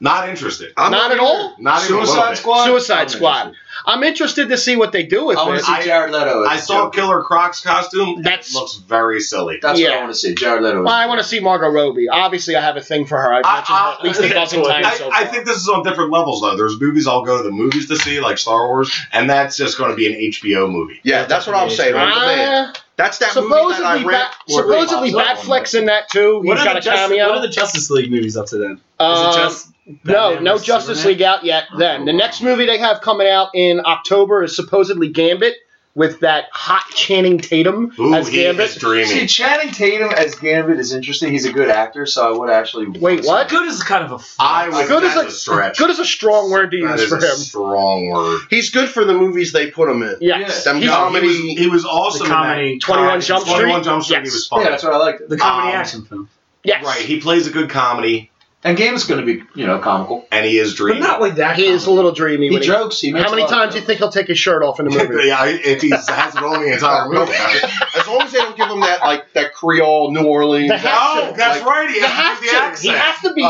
E: Not interested.
C: I'm
A: Not at
C: either.
A: all.
E: Not even a little
G: Suicide
E: bit.
G: Squad?
A: Suicide Squad. I'm interested to see what they do with
G: I want to
A: it.
G: see Jared Leto. as
E: I saw
G: Joker.
E: Killer Croc's costume.
A: That's-
E: It looks very silly.
G: That's what
A: Yeah.
G: I want to see. Jared Leto.
A: Well, I want to see Margot Robbie. Obviously, I have a thing for her. I've
E: I-
A: mentioned her at
E: I-
A: least a dozen times
E: I,
A: so
E: I
A: far.
E: think this is on different levels though. There's movies I'll go to the movies to see, like Star Wars, and that's just going to be an HBO movie.
C: Yeah, that's what I'm saying. I'm the man.
A: Ah,
C: That's that movie that I
A: supposedly,
C: rent.
A: Bat,
C: where it
A: supposedly
C: pops up on
A: Batfleck's in that too. He's
B: What are,
A: got
B: the
A: a
B: Justice,
A: cameo.
B: what are the Justice League movies up to then? Is
A: Um,
B: it just
A: no,
B: Batman
A: no
B: versus
A: Justice
B: Superman?
A: League out yet. Then the next movie they have coming out in October is supposedly Gambit with that hot Channing Tatum
E: Ooh,
A: as
E: he
A: Gambit.
E: is dreaming.
G: See, Channing Tatum as Gambit is interesting. He's a good actor, so I would actually.
A: Wait, what?
B: Good is kind of a. F-
E: I was
A: Good as
E: that's
A: a-
E: a stretch.
A: Good is a strong word to
E: That
A: use
E: is
A: for
E: a
A: him.
E: strong word.
C: He's good for the movies they put him in.
A: Yes.
C: Them
A: He's-
E: No, he was,
C: comedy-
E: he was awesome.
B: the comedy.
A: 21
B: comedy-
A: Jump Street?
E: 21 Jump Street.
A: Yes.
E: He was
G: Yeah,
E: funny.
G: that's what I liked.
B: The comedy
E: Um,
B: action film.
A: yes.
E: Right. He plays a good comedy,
G: And Gambit's going to be, you know, comical.
E: and he is
B: But
E: dreaming.
B: not like that.
A: He is a
B: comedy.
A: little dreamy.
G: He
A: When he,
G: jokes. He makes
A: how many
G: a lot of
A: times do you
G: jokes.
A: think he'll take his shirt off in the movie?
E: yeah, if he has it on the entire movie.
C: As long as they don't give him that like that Creole New Orleans.
A: The hat-
E: Oh, that's
C: Like,
E: right. He
A: He
E: has
A: has
E: to do the
A: to. He
E: accent.
A: has to be.
E: Oh,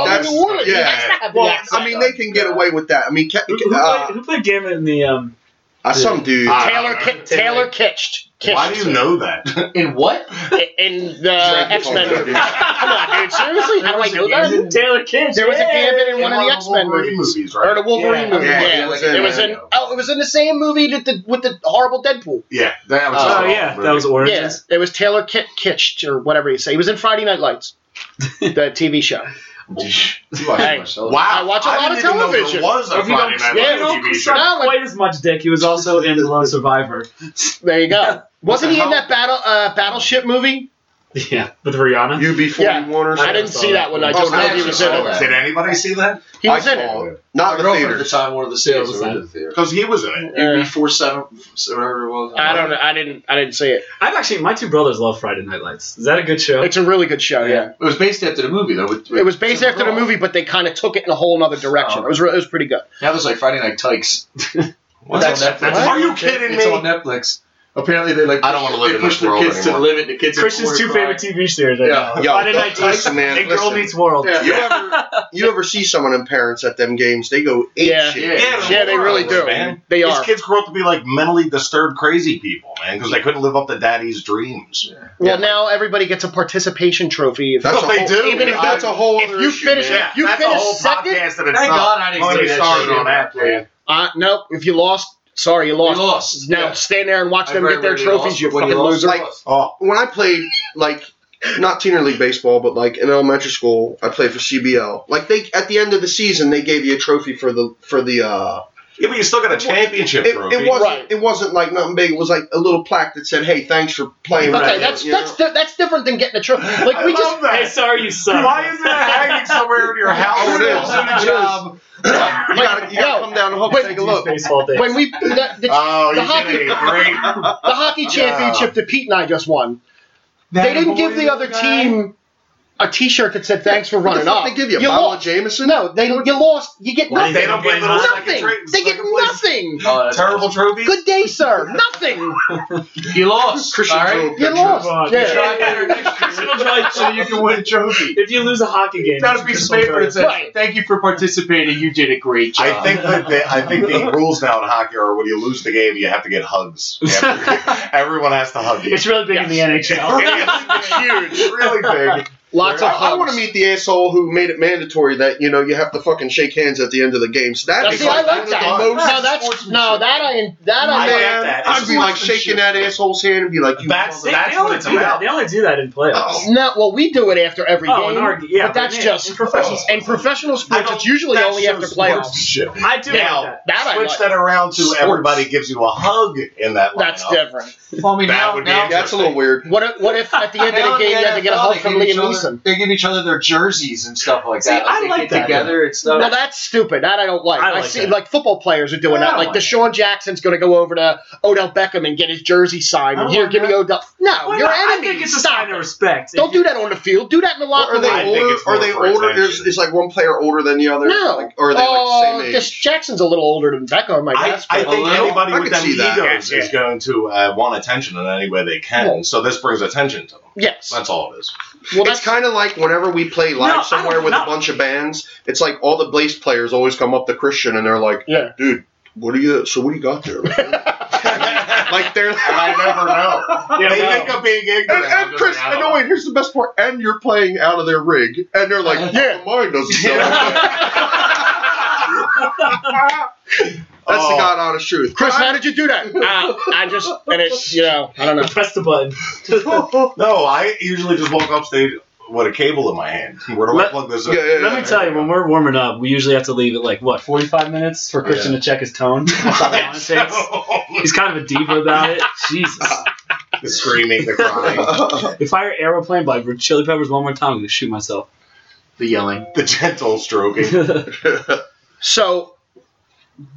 A: he's
E: that's-
A: from New Orleans. He
C: yeah.
A: has to have the
C: well,
A: accent.
C: I mean, they can get away with that. I mean, ca-
B: Who, who,
C: uh,
B: played, who played Gambit in the um?
C: uh, some dude.
E: Uh,
A: Taylor
E: I
A: Ki-
B: don't know.
A: Taylor Kitched.
E: Why do you know that?
G: In what?
A: in the X Men
C: Drake
A: movie? Come on, dude. Seriously, how do I know that?
B: Taylor Kitsch.
A: There was a Gambit in one of the
E: one
A: X Men
E: Wolverine
A: movies.
E: movies,
A: Or
E: right?
A: the Wolverine
B: Yeah.
A: movie.
C: Yeah,
A: Yeah,
C: it was in
A: it was
C: there.
A: in. Oh, it was in the same movie that the with the horrible Deadpool.
E: Yeah, that was.
B: Oh
E: a
B: yeah,
E: movie.
B: that was
A: Yeah,
B: Origins.
A: it was Taylor Kit- Kitched or whatever you say. He was in Friday Night Lights, the TV show.
G: You watch
A: Hey.
G: too much television.
E: Wow,
A: I watch a
E: a
A: lot of television.
E: Know there was a
B: If you don't,
E: Friday Night
A: yeah,
B: if you
E: Lights
B: don't
E: TV show.
B: suck
A: No, like-
B: quite as much dick. He was also in The Lone Survivor.
A: There you go. Wasn't he in
E: hell?
A: that battle uh, battleship movie?
B: Yeah, with Rihanna.
C: UB41 or
A: I
C: something.
A: didn't see that one. I
B: Oh,
A: don't know if he
G: actually
A: was in
G: saw
A: it.
G: that.
E: Did anybody see that?
A: He was
C: I
A: in
C: saw
A: it.
C: it. Not
G: My
C: in the
G: girlfriend at the
C: theaters.
G: time wanted to see it.
B: Yeah, so
G: so we went to the theater.
E: Because he was in it.
A: Uh,
G: UB four seven, whatever it was.
A: I don't know. I didn't. I didn't see it.
B: I've actually my two brothers love Friday Night Lights. Is that a good show?
A: It's a really good show. Yeah.
G: It was based after the movie though. With, with
A: It was based after the
G: Supergirl.
A: movie, but they kind of took it in a whole other direction. It was re- it was pretty good.
G: Now there's like Friday Night Tykes. That's on Netflix.
E: that's- are you kidding
G: It's
E: me?
G: on Netflix. Apparently they like.
E: I don't wanna live
G: they
E: in
G: push
E: this world
G: the kids
E: anymore.
G: to the limit. The kids. in
B: Christian's
G: court
B: two
G: crying.
B: favorite TV shows right
G: Yeah.
B: now.
C: Yo,
B: Friday Night
C: listen,
B: Lights
C: man,
B: and Girl
C: listen.
B: Meets World.
G: Yeah.
C: You ever you ever see someone in parents at them games? They go ape
A: Yeah.
C: shit.
E: Yeah,
A: Yeah, they really do.
E: Man.
A: They
E: These
A: are.
E: kids grew up to be like mentally disturbed, crazy people, man, because they couldn't live up to daddy's dreams.
A: Well, now everybody gets a participation trophy. If,
C: That's
E: What
C: a
E: they
C: whole,
E: do.
C: Even if
E: I-
C: that's a whole
A: if
C: other
A: you
C: issue,
A: finish,
C: man.
A: if you
E: that's a
A: finish
E: whole
A: second.
E: podcast that it's
G: Thank
E: not.
G: God I didn't
E: Don't
G: see
E: get
G: that
E: started
G: shit.
E: on that, man.
A: Uh, nope. If you lost, sorry, you
G: We
A: lost.
G: lost.
A: Now stand there and watch
G: I
A: them
G: very
A: get their
G: rarely
A: trophies.
G: lost,
A: You
G: but when
A: fucking
G: you lost,
A: loser.
G: like-
E: Oh,
C: when I played like not Teener League Baseball, but like in elementary school, I played for CBL. Like they at the end of the season they gave you a trophy for the for the uh
E: yeah, but you still got a championship
C: it,
E: trophy.
C: it wasn't
A: Right.
C: it wasn't like nothing big, it was like a little plaque that said, Hey, thanks for playing.
A: Okay,
E: Right,
A: that's
C: You
A: that's
C: know?
A: di- that's different than getting a trophy. Like
E: I
A: we
E: love
A: just
E: that.
B: Hey, sorry you suck.
E: Why isn't that hanging somewhere in your house?
C: Oh, it is.
E: Losing a
C: It is.
E: job.
C: you gotta, you gotta
A: Yo,
C: come down the hook
A: wait,
C: and take a look.
B: baseball thing.
A: when we the, the,
E: Oh,
A: The
E: you did a great.
A: the hockey championship that Pete and I just won, they didn't give the other team a T-shirt that said "Thanks for
C: What the
A: running
C: fuck
A: up."
C: they give you? A
A: you
C: bottle of
A: lost.
C: Jameson?
A: No, they you lost. You get
B: Why
A: nothing.
B: did
E: They don't play little
A: Nothing. They get nothing.
G: Oh, that's
E: Terrible trophies.
A: Good day, sir. Nothing.
G: You lost.
C: Christian
G: all
C: drew
G: right.
C: a
A: You
C: picture.
A: lost. Yeah.
G: Try better next year.
B: so you can win a trophy. If you lose a hockey game,
G: Got a piece of paper that says,
A: Right.
G: "Thank you for participating. You did a great job."
E: I think that the, I think the rules now in hockey are when you lose the game, you have to get hugs. Everyone has to hug you.
B: It's really big in the
A: Yes.
B: NHL.
E: It's huge, really big.
A: Lots of
C: I,
A: hugs.
C: want to meet the asshole who made it mandatory that you know you have to fucking shake hands at the end of the game. So that
A: Now,
C: is
A: see, I
C: like,
A: like that.
C: the most
A: No, that's no, that I that I,
B: I like
A: like.
C: man,
B: that.
C: I'd be like shaking that asshole's hand and be like, "You
E: That's
C: mother-
E: that's what it's
B: do that.
E: about.
B: They only do that in playoffs.
C: Oh,
A: No, well, we do it after every
B: Oh,
A: game.
B: in our- yeah,
A: but that's
B: in-
A: just
B: in professional sports.
A: In professional sports,
E: I
A: it's usually
E: that
A: only after
E: shows
A: playoffs.
G: Shit.
B: I do
E: Now,
B: like that.
A: That I
E: Switch
A: like.
E: that around to
G: Sports.
E: everybody gives you a hug in that lineup.
A: That's different.
D: Well, I mean,
E: That
D: now,
E: would be
D: now,
E: interesting.
C: That's a little weird.
A: What if, what if at the end
D: now
A: of
D: in
A: the game you have to get a
D: NFL,
A: hug
D: they
A: from
D: give
A: Liam
D: each other-
A: Neeson?
D: They give each other their jerseys and stuff like
B: See,
D: that.
B: I
D: they
B: like
D: get
B: that.
D: together and stuff.
A: Well, that's stupid. That I don't like.
B: I
A: I,
B: like
A: see,
B: that.
A: like football players are doing
D: Yeah,
A: that.
D: I
A: Like
D: like
A: Deshaun Jackson's going to go over to Odell Beckham and get his jersey signed.
D: I
A: And
D: don't
A: here,
D: like
A: give me
D: that.
A: Odell. No,
B: Why
A: you're
B: not?
A: enemies.
B: I think it's a
A: Stop.
B: sign of respect.
A: Don't do that on the field. Do that in the
C: Or
A: locker
C: are
A: room.
C: they
E: I think
C: older?
E: it's more
C: Are they
E: for
C: older?
E: attention.
C: Is, is like one player older than the other?
A: No.
C: Like, or are they
A: oh,
C: like the same
A: this-
C: age?
A: Jackson's a little older than Beckham, I
E: I,
A: guess.
E: I
A: but-
E: think
D: Hello?
E: anybody
C: I
E: with
C: could
E: them
C: see that.
E: egos
A: Yeah,
E: is going to uh, want attention in any way they can.
A: Well-
E: so this brings attention to them.
A: yes.
E: That's all it is.
A: Well, that's
C: it's kind of like whenever we play live
B: No, I
C: somewhere
B: don't-
C: with
B: no.
C: a bunch of bands, it's like all the bass players always come up to Christian and they're like,
A: Yeah.
C: dude, what do you? So what do you got there?" man?" like they're.
E: And I never know.
B: Yeah,
E: they
B: no.
E: think of being
C: And,
E: ignorant.
C: and Chris, and
E: "Oh."
C: no wait, here's the best part. And you're playing out of their rig, and they're like,
A: Yeah.
C: "Yeah, mine doesn't." Know. That's the
E: Oh.
C: god honest truth.
A: Chris,
C: I-
A: how did you do that? Uh, I just and it's you know I don't know.
B: Press the button.
E: Oh, No, I usually just walk up stage with a cable in my hand. Where do I
B: Let-
E: plug this
C: yeah,
E: in?
C: yeah,
B: Let
C: yeah.
B: me tell you, when we're warming up, we usually have to leave at like what, forty-five minutes for Christian to check his tone. That's how long it takes. He's kind of a diva about it. Jesus.
E: the screaming, the crying,
B: If I hear aeroplane by Chili Peppers one more time, I'm gonna shoot myself.
D: the yelling.
E: the gentle stroking.
A: So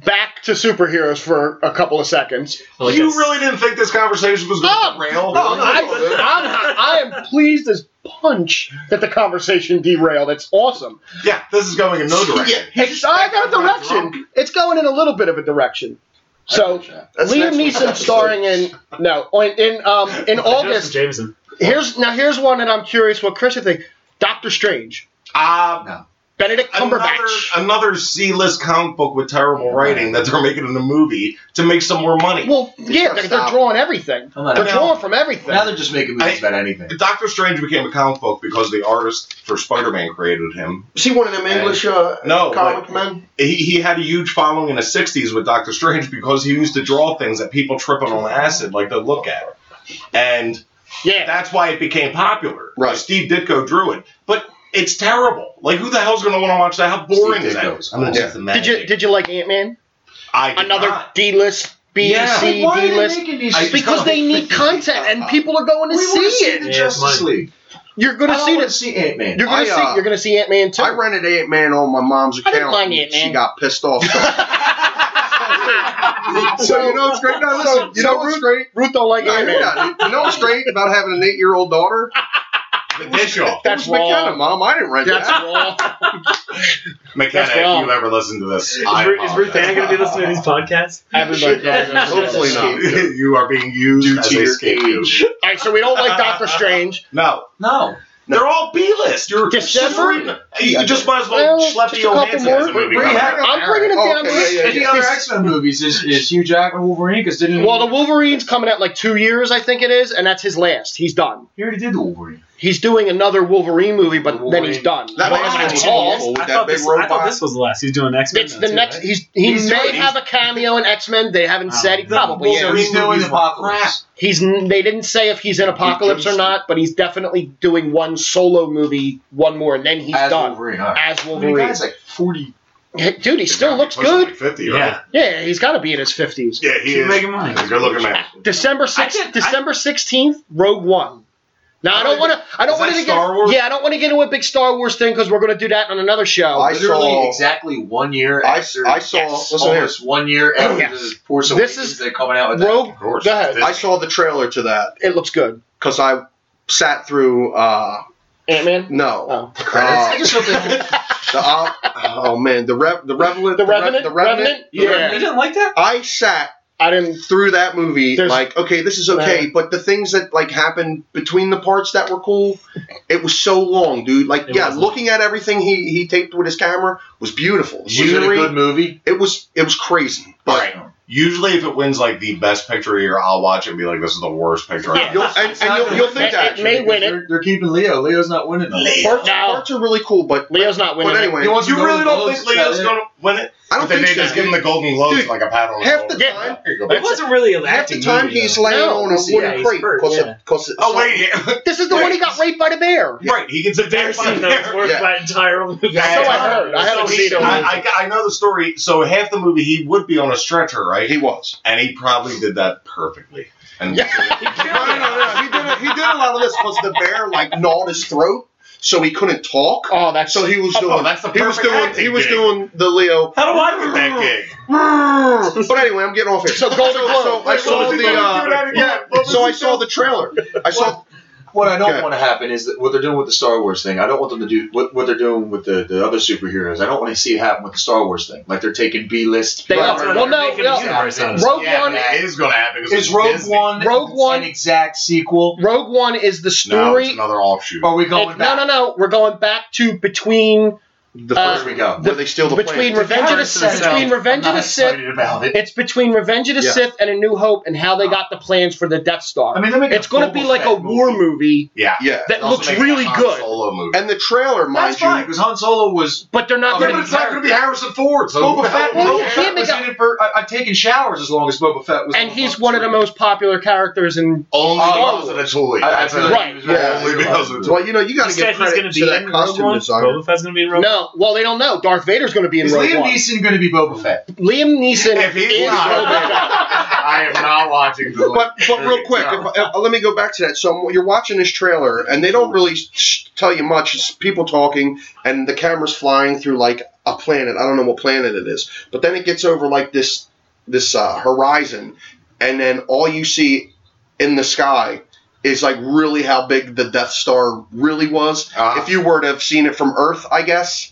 A: back to superheroes for a couple of seconds.
B: Like
E: you
B: that's-
E: really didn't think this conversation was going
A: Oh,
E: to derail?
A: I, I'm- I am pleased as punch that the conversation derailed. It's awesome.
E: yeah, this is going in no direction.
A: It's, I got a direction. It's going in a little bit of a direction. So
C: That's
A: Liam
C: next week's
A: Neeson
C: episode.
A: starring in no in in, um, in
B: Justin
A: August.
B: Jameson.
A: Here's now here's one that I'm curious what Chris would think. Doctor Strange,
E: Uh,
A: Benedict
E: another,
A: Cumberbatch.
E: another C-list comic book with terrible writing that they're making in a movie to make some more money.
A: Well, yeah, they're, they're
C: stop.
A: drawing everything.
D: Now,
A: They're
E: Now-
A: drawing from everything.
D: now they're just making movies
E: I-
D: about anything.
E: Doctor Strange became a comic book because the artist for Spider-Man created him.
C: Is he one of them English uh,
E: No,
C: comic
E: but-
C: men?
E: He, he had a huge following in the 60s with Doctor Strange because he used to draw things that people tripping on acid like to look at. And
A: yeah,
E: that's why it became popular.
C: Right.
E: Steve Ditko drew it. But it's terrible. Like, who the hell's going to want to watch that? How boring
G: Steve
E: is that?
G: Ditko's. I mean, it's
C: Yeah.
G: just the
A: Did you
G: magic.
A: did you like Ant Man?
E: I did
A: Another
E: not.
A: D list, B
E: Yeah.
A: C
D: Why are
A: D
D: they
A: list.
D: making these?
E: I-
A: Because they need content and people are going to
D: we
A: see
D: want to see
A: it.
D: the
B: Yeah,
D: Justice
B: mine.
D: League.
A: You're
D: I
A: gonna
D: don't
A: see
D: want to
A: it.
D: see Ant Man.
A: You're gonna
C: I, uh,
A: see. You're gonna see Ant Man too.
C: I rented Ant Man on my mom's
A: I
C: account.
A: didn't like
C: and
A: Ant-Man.
C: She got pissed off. So, so you know what's great? No, listen. You know what's great?
A: Ruth don't like
C: No,
A: Ant Man.
C: you're not. You know what's great about having an eight-year-old daughter?
E: The Ditko.
A: That's
C: it was McKenna,
A: wrong.
C: mom. I didn't rent
A: That's
C: that.
A: wrong.
E: McKenna,
A: That's wrong.
E: if you ever listen to this,
B: Is,
E: I
B: Ru- is Ruth Ann
E: apologize.
B: gonna be listening to these podcasts?
A: Everybody does. that.
C: Hopefully not.
E: you are being used
G: Due
E: as
G: to
E: a
G: your
E: scapegoat.
A: All right, so we don't like Doctor Strange.
E: No,
D: No.
E: they're all B-list. You're
A: December.
E: you just might as well
A: Well,
E: schlep
A: just a couple
E: Johansson as a
A: more.
E: movie.
D: Bring
E: cover.
D: it.
A: I'm bringing it down.
C: Okay, yeah, yeah,
D: Any
C: yeah.
D: other X Men movies is, is Hugh Jackman Wolverine? Because didn't
A: Well, the Wolverine's coming out in like two years, I think it is, and that's his last. He's done.
D: he already did the Wolverine.
A: He's doing another Wolverine movie, but then he's
D: Wolverine.
A: done.
C: That
A: Well,
C: last one
A: that's
C: was
A: all.
C: awful
B: I
C: with
B: thought,
C: that
B: this,
C: big
B: I thought
C: robot.
B: this was the last. He's doing X Men.
A: It's the next. He's, he
E: He's
A: may
E: doing-
A: have a cameo in X Men. They haven't
B: Oh.
A: said. He probably
E: Yeah,
D: so
A: is.
D: he's
E: these
D: doing
E: movies were
D: Apocalypse.
A: He's. n- They didn't say if he's in Apocalypse or not, but he's definitely doing one solo movie, one more, and then he's
D: as
A: done
D: Wolverine. All right.
A: as
D: I mean, the
A: Wolverine.
D: guy's like forty.
A: Hey, Dude, he still looks
E: Pushing
A: good.
E: like 50, right?
B: Yeah,
A: Yeah, he's got to be in his fifties.
E: Yeah, he
B: he's
E: is.
B: making money.
E: He's a good looking man.
A: December
B: I
A: sixth,
B: can't- I-
A: December sixteenth, Rogue One. Now I don't want to. I don't
E: Is
A: want
E: that
A: to get.
E: Star Wars?
A: Yeah, I don't want to get into a big Star Wars thing because we're going to do that on another show.
C: I
D: Literally
C: saw-
D: exactly one year
C: I,
D: after.
C: I saw.
A: Yes.
C: Listen here.
D: almost one year after
A: Yes.
D: the Force
A: This
D: Awakens.
A: is-
D: they're coming out with that.
A: Rogue.
E: Of course.
A: Go ahead.
E: This-
C: I saw the trailer to that
A: It looks good.
C: because I sat through. uh
A: Ant Man.
C: No.
A: Oh.
D: I
C: Uh,
D: just hope they
C: the, uh, oh man, the rev, the revelant,
A: The
C: Rev-
A: Revenant.
C: the revenant.
A: Yeah.
D: You didn't like that?
C: I sat
A: I didn't.
C: through that movie
A: There's-
C: like, okay, this is okay, but the things that like happened between the parts that were cool, it was so long, dude. Like,
B: It
C: yeah,
B: wasn't.
C: looking at everything he he taped with his camera was beautiful.
D: Was it a
C: Scenery,
D: good movie?
C: it was it was crazy, but
D: All
E: Usually, if it wins like the best picture of the year, I'll watch it and be like, "This is the worst picture." I've
C: You'll, and and you'll, you'll think
A: It- it
C: that.
A: may win it.
G: They're, they're keeping Leo. Leo's not winning. them.
C: Parts,
A: No.
C: parts are really cool, but
A: Leo's not winning.
C: but
A: it.
C: anyway,
G: He wants
E: You
G: the Golden
E: really don't
G: Globes,
E: think Leo's
G: that's it.
E: gonna win it?
C: I
E: But
C: don't
E: then
C: think
E: they
C: so.
E: just give him the Golden Globes
C: Dude,
E: like a pat on the
C: half
E: shoulder.
C: the
A: Yeah.
C: time,
E: Here you go.
B: It wasn't really an
C: half the
B: acting
C: time
B: movie,
C: he's
B: though.
C: laying
A: No,
C: on a
B: yeah,
C: wooden
B: he's
C: crate.
B: hurt,
C: Cause
B: yeah.
C: it, cause it,
E: Oh wait, yeah.
A: This is the one he got raped by the bear.
E: right. He gets
B: There's
E: attacked by
B: some
E: a
B: that
E: bear.
B: worth that entire movie.
E: Yeah.
A: So I heard. I haven't
E: So
A: seen
E: he-
A: it.
E: I, I, I know the story. So half the movie he would be on a stretcher, right?
C: He was.
E: and he probably did that perfectly. And
C: No, no, no, no. He did. A, he did a lot of this because the bear like gnawed his throat, so he couldn't talk.
A: Oh, that's
C: So he was doing.
E: oh, that's the
C: he was
E: perfect
C: doing.
E: acting
C: He was
E: gig.
C: doing the Leo.
E: How do I get that gig?
C: but anyway, I'm getting off here.
A: So Golden
C: So- so
A: Globe.
C: I saw
E: Golden
C: the.
E: Globe,
C: uh,
E: do that again.
C: yeah, So I saw the trailer. I saw.
G: What I don't
C: Okay.
G: want to happen is that what they're doing with the Star Wars thing. I don't want them to do what, what they're doing with the, the other superheroes. I don't want to see it happen with the Star Wars thing. Like they're taking B list.
A: They
C: Well,
A: are. Well, no,
B: making a
A: no.
B: universe out of it.
A: Rogue
E: Yeah,
A: One.
E: but it is going to happen. 'cause
G: Is
E: it's
G: Rogue
E: Disney.
G: One
A: Rogue One-
G: an exact sequel?
A: Rogue One is the
E: No, it's
A: story.
E: another offshoot.
C: Oh.
G: Or are we
A: No,
G: going back?
A: no, no. We're going back to between
C: The
A: Uh,
G: Here we go.
C: where they steal the
A: between
C: plane.
A: Revenge of the
B: Harrison
A: Sith. Between
B: Sith.
A: Revenge of
G: I'm
A: the
G: not
A: Sith.
G: excited about it.
A: It's between Revenge of the
C: Yeah.
A: Sith and A New Hope and how they got the plans for the Death Star.
D: I mean, they're making
A: it's going to
D: Boba
A: be like a
D: Fett
A: war movie
E: yeah.
C: Yeah.
A: that
E: Also
A: looks
E: making a
A: really
E: Han
A: good,
E: Solo movie.
C: And the trailer, mind
G: That's
C: you.
G: fine because Han Solo was
A: but they're
C: Oh,
A: not
G: Yeah,
A: going
G: but
A: to.
G: it's not gonna
E: be Harrison Ford. So
G: Boba Fett.
A: Well, you
G: Boba
A: can't
G: Fett
A: make
G: was
A: a-
G: in it for. I, I've taken showers as long as Boba Fett was.
A: And
G: on
A: he's
G: the
A: one of the
G: screen.
A: most popular characters in.
E: only
G: Oh,
E: because of the toy.
G: I- I
E: That's it.
G: feel like
A: Right,
G: he was
C: yeah.
G: very
E: Only because of the toy.
C: Well, you know, you got
B: He
C: to give
B: said he's
C: credit
B: going to
C: to
B: be
C: that
B: in Rogue
C: costume
B: One.
C: designer.
B: Boba Fett's going to be in Rogue One.
A: No, well, they don't know. Darth Vader's going to be in
G: Is
A: Rogue
G: Liam
A: One.
G: Neeson going to be Boba Fett?
A: Liam Neeson
E: If he's
A: is
E: not,
A: Rogue One.
E: I am not watching. the-
C: But but real quick, if, if, let me go back to that. So you're watching this trailer, and they don't really sh- tell you much. It's people talking, and the camera's flying through like a planet. I don't know what planet it is, but then it gets over like this this uh, horizon, and then all you see in the sky is like really how big the Death Star really was.
E: Ah.
C: If you were to have seen it from Earth, I guess.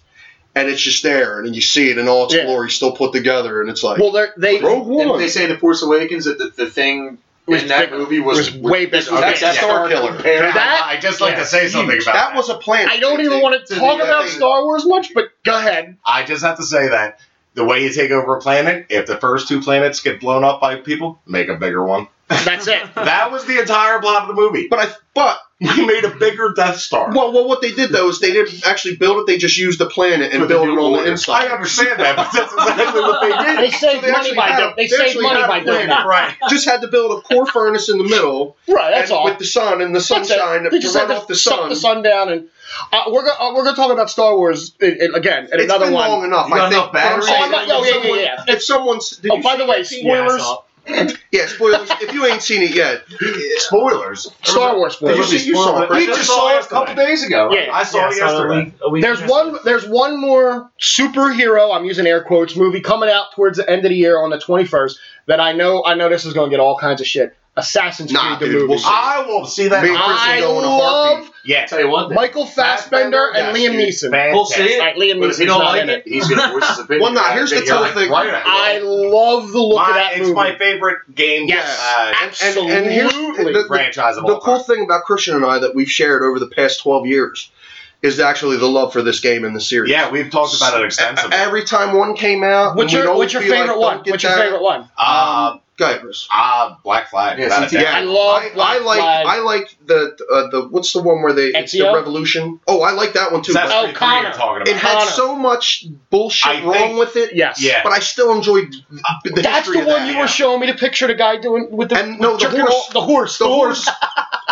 C: And it's just there, and then you see it in all its
A: Yeah.
C: glory, still put together, and it's like
A: Well, they're- they
C: Rogue
G: Didn't
C: One.
G: they say in the Force Awakens that the, the thing
A: Was
G: in that
A: bigger.
G: movie was,
A: was way bigger.
G: was
E: Okay,
G: that Death
E: yeah.
G: Star killer?
E: Yeah,
A: that-
E: I just like
B: yeah,
E: to say something about
C: that was a planet.
A: I don't even want to
C: the,
A: talk
C: uh,
A: about
C: thing-
A: Star Wars much, but go ahead.
E: I just have to say that the way you take over a planet, if the first two planets get blown up by people, make a bigger one.
A: That's it.
E: That was the entire plot of the movie.
C: But I but
E: We made a bigger Death Star.
C: Well, well, what they did though is they didn't actually build it; they just used the planet and
G: Put
C: built
G: the
C: it
G: new
C: on the
G: order.
E: I
C: inside.
E: understand that, but that's exactly what they did.
A: They saved
C: So they
A: money
C: actually
A: by
C: had-
A: doing. They
C: they
A: saved
C: actually
A: money
C: had
A: by
C: a
A: doing
C: plan.
A: that.
E: Right.
C: Just had to build a core furnace in the middle,
A: Right. That's
C: and
A: all.
C: with the sun and the
A: That's it.
C: sunshine
A: They
C: to
A: just
C: run
A: had
C: off the
A: suck
C: sun.
A: the sun down, and uh, we're gonna uh, we're gonna talk about Star Wars i i- again in
C: It's
A: another
C: been
A: one.
C: long enough.
G: You
C: I think.
G: got enough
C: but I'm
G: batteries?
A: oh,
C: saying,
A: I'm not, oh, yeah, yeah, yeah.
C: If someone's, did
A: Oh,
C: you
A: by
C: see
A: the way,
C: that scene?
B: Yeah, I
A: spoilers.
B: saw it.
C: yeah, spoilers. if you ain't seen it yet,
E: Spoilers.
A: Star Wars
C: did you
A: spoilers.
C: see you saw it?
E: We
C: right?
E: just saw it a couple days.
G: ago. right?
A: Yeah.
E: I saw it
B: Yeah, I saw it a
E: yesterday.
B: week- a week
A: There's
B: yesterday.
A: one. There's one more superhero. I'm using air quotes. Movie coming out towards the end of the year on the 21st. That I know. I know this is going to get all kinds of shit. Assassin's
C: Nah,
A: Creed the
C: dude,
A: movie.
C: we'll see.
E: I will see that.
C: Me and Chris
A: I
C: will go in a
A: love
C: heartbeat.
E: yeah.
G: tell you one thing.
A: Michael Fassbender and
C: yes,
A: Liam
C: dude.
A: Neeson.
G: We'll see it.
A: Like, Liam
G: But if he
A: Neeson's
G: don't
A: not
G: like
A: in it.
G: it, he's going to voice his opinion.
C: Well, now here's the
G: You're
C: tough
G: like,
C: thing.
G: right at it.
A: I love the look of
E: My,
A: that
E: it's
A: movie.
E: my favorite game
A: Yes.
E: uh,
C: And,
A: Absolutely.
C: and here's the- the-
E: franchise of
C: the
E: all
C: cool
E: time.
C: thing about Christian and I that we've shared over the past 12 years is actually the love for this game and the series.
E: Yeah, we've talked about it extensively.
C: Every time one came out,
A: what's
C: we'd
A: your What's
C: always
A: your
C: be like,
A: favorite
C: uh, "Don't
A: one?
C: get
A: What's your
C: that."
A: favorite one?
E: Uh,
C: Go ahead, Chris.
E: uh, Black Flag.
G: Yeah,
E: without a
G: CTI.
E: doubt.
A: I love.
C: I, I like I like the uh, the what's the one where they it's the
A: Ezio?
C: revolution. Oh, I like that one too.
E: That's
A: Oh,
E: pretty cool you're
A: Connor.
E: talking
C: it
E: about.
C: had
A: Connor.
C: so much bullshit
E: I
C: wrong
E: think-
C: with it,
A: Yes.
E: Yeah. Uh,
C: but I still enjoyed the, the
A: That's the
C: history
A: one
C: of that.
A: you were showing me the picture of the guy doing with the
C: And no,
A: with
C: the
A: jerking
C: horse-
A: off- the horse,
C: the horse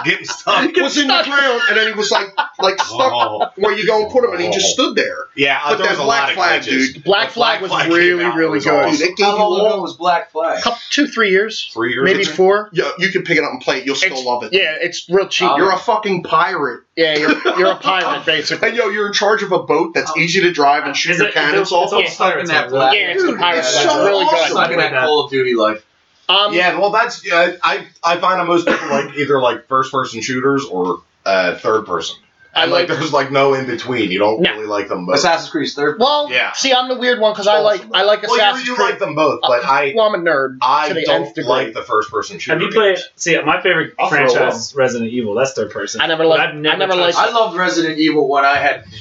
E: Getting stuck.
C: was in the ground, and then he was like like stuck
E: Oh.
C: where you go and put him, and he just stood there.
E: Yeah, uh,
C: But
E: there
C: that
E: was a
C: Black
E: lot of
C: Flag,
E: glitches.
C: dude,
A: Black Flag was really,
E: came out,
A: really
E: it was
A: good.
C: Dude,
E: awesome.
C: it gave
G: How
C: you
G: long ago
C: all.
G: was Black Flag?
A: Couple, two, three years,
E: Three years
A: maybe
E: ago?
A: four.
C: Yeah, you can pick it up and play it. You'll still
A: It's-
C: love it.
A: Yeah, it's real cheap.
G: Um,
A: you're
C: You're
A: a,
C: a fucking pirate.
A: yeah, you're you're a pirate
C: And
A: basically.
C: yo, you're in charge of a boat
A: Oh.
C: that's easy to drive and shoot
B: Is
C: your
B: it-
C: cannons
B: it's all-
C: off.
B: it's
A: Yeah.
B: all stuck in that
A: Yeah,
G: Yeah,
B: black.
A: it's a
C: dude,
A: pirate.
C: it's
A: That's
C: so
A: really
G: It's not
A: good.
B: awesome.
G: going to
B: Yeah.
G: have Call of Duty life.
A: Um,
E: yeah, well, that's yeah, I I find that most people like either like first person shooters or uh, third person.
A: I
E: And like,
A: like.
E: there's like no in between. You don't
A: No.
E: really like them both.
G: Assassin's Creed Third.
A: Well,
E: Yeah.
A: see, I'm the weird one because I like I like
E: well, you,
A: Assassin's
E: you
A: Creed.
E: like them both, but I
A: well, I'm a nerd.
E: I
A: to the
E: don't
A: nth degree.
E: like the first person shooter.
B: Have you played?
E: games.
B: See, my favorite
E: I'll throw
B: franchise is Resident Evil. That's third person.
A: I never
B: But
A: liked-
B: I've never,
A: I never
B: touched
A: liked-
G: I loved Resident Evil when I had the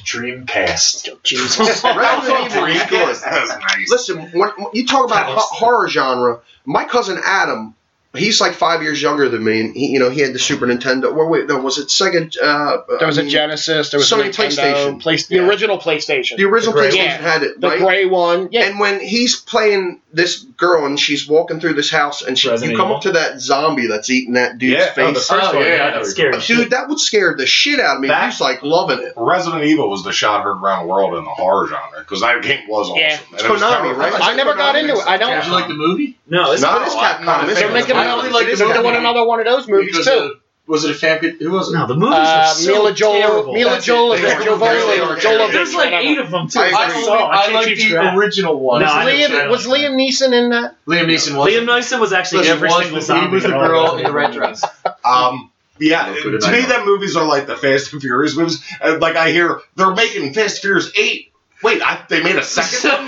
G: Dreamcast.
A: Jesus.
C: Resident Evil is good.
E: That was nice.
C: Listen, when, when you talk about ho- horror genre, my cousin Adam, he's like five years younger than me, and he, you know, he had the Super Nintendo. Well, wait, no, was it Sega? Uh,
A: There was
C: I
A: a
C: mean,
A: Genesis. There was
C: Sony
A: a Nintendo,
C: PlayStation.
A: Play, the
C: Yeah.
A: original PlayStation.
C: The original
E: The gray
C: PlayStation
A: one.
C: had it,
A: The
C: right?
A: gray one. Yeah.
C: And when he's playing this girl and she's walking through this house and she,
B: Resident
C: you come
B: Evil.
C: up to that zombie that's eating that dude's
E: Yeah,
B: Oh, the
C: face.
B: first one.
G: Oh, yeah,
B: yeah,
G: I
B: that
G: know.
B: was scary.
C: Dude, that would scare the shit out of me.
E: That-
C: he's like loving it.
E: Resident Evil was the shot heard around the world in the horror genre because that game was awesome.
A: Yeah.
E: And it was
C: Konami,
E: terrifying.
C: right?
A: I never got into it. I don't.
G: Yeah.
D: Did you like the movie?
B: No, it's
E: No,
C: But it's
E: I- I'm not
C: Capcom.
E: a
C: It's
A: They're
E: fan of
A: making
E: that.
G: I
A: another,
G: only like
A: they're doing
C: Capcom.
A: another one of those movies
G: Because
A: too.
G: Was it a fan? Who was it?
B: no, the movies are
A: Uh,
B: so
A: Mila Joel,
B: terrible.
A: Mila
C: That's it.
A: Joel,
C: They are- they are
A: Jovovich,
C: terrible.
B: There's like eight of them too.
C: I
B: I,
C: agree.
B: saw. I, can't
D: like
B: keep
D: the
B: track.
D: original one.
B: No, I
A: Was
B: didn't try
A: Liam,
B: that
A: was
B: one.
A: Liam Neeson in that?
G: Liam Neeson was.
B: Liam Neeson was actually
G: Listen,
B: every
G: was
B: single
G: the-
B: zombie.
G: He was the
B: in all of
G: girl
B: them.
G: in the red dress.
E: Um, yeah,
G: Yeah,
E: to me,
G: put it on.
E: that movies are like the Fast and Furious movies. And, like I hear they're making Fast and Furious eight. Wait, I, they made a second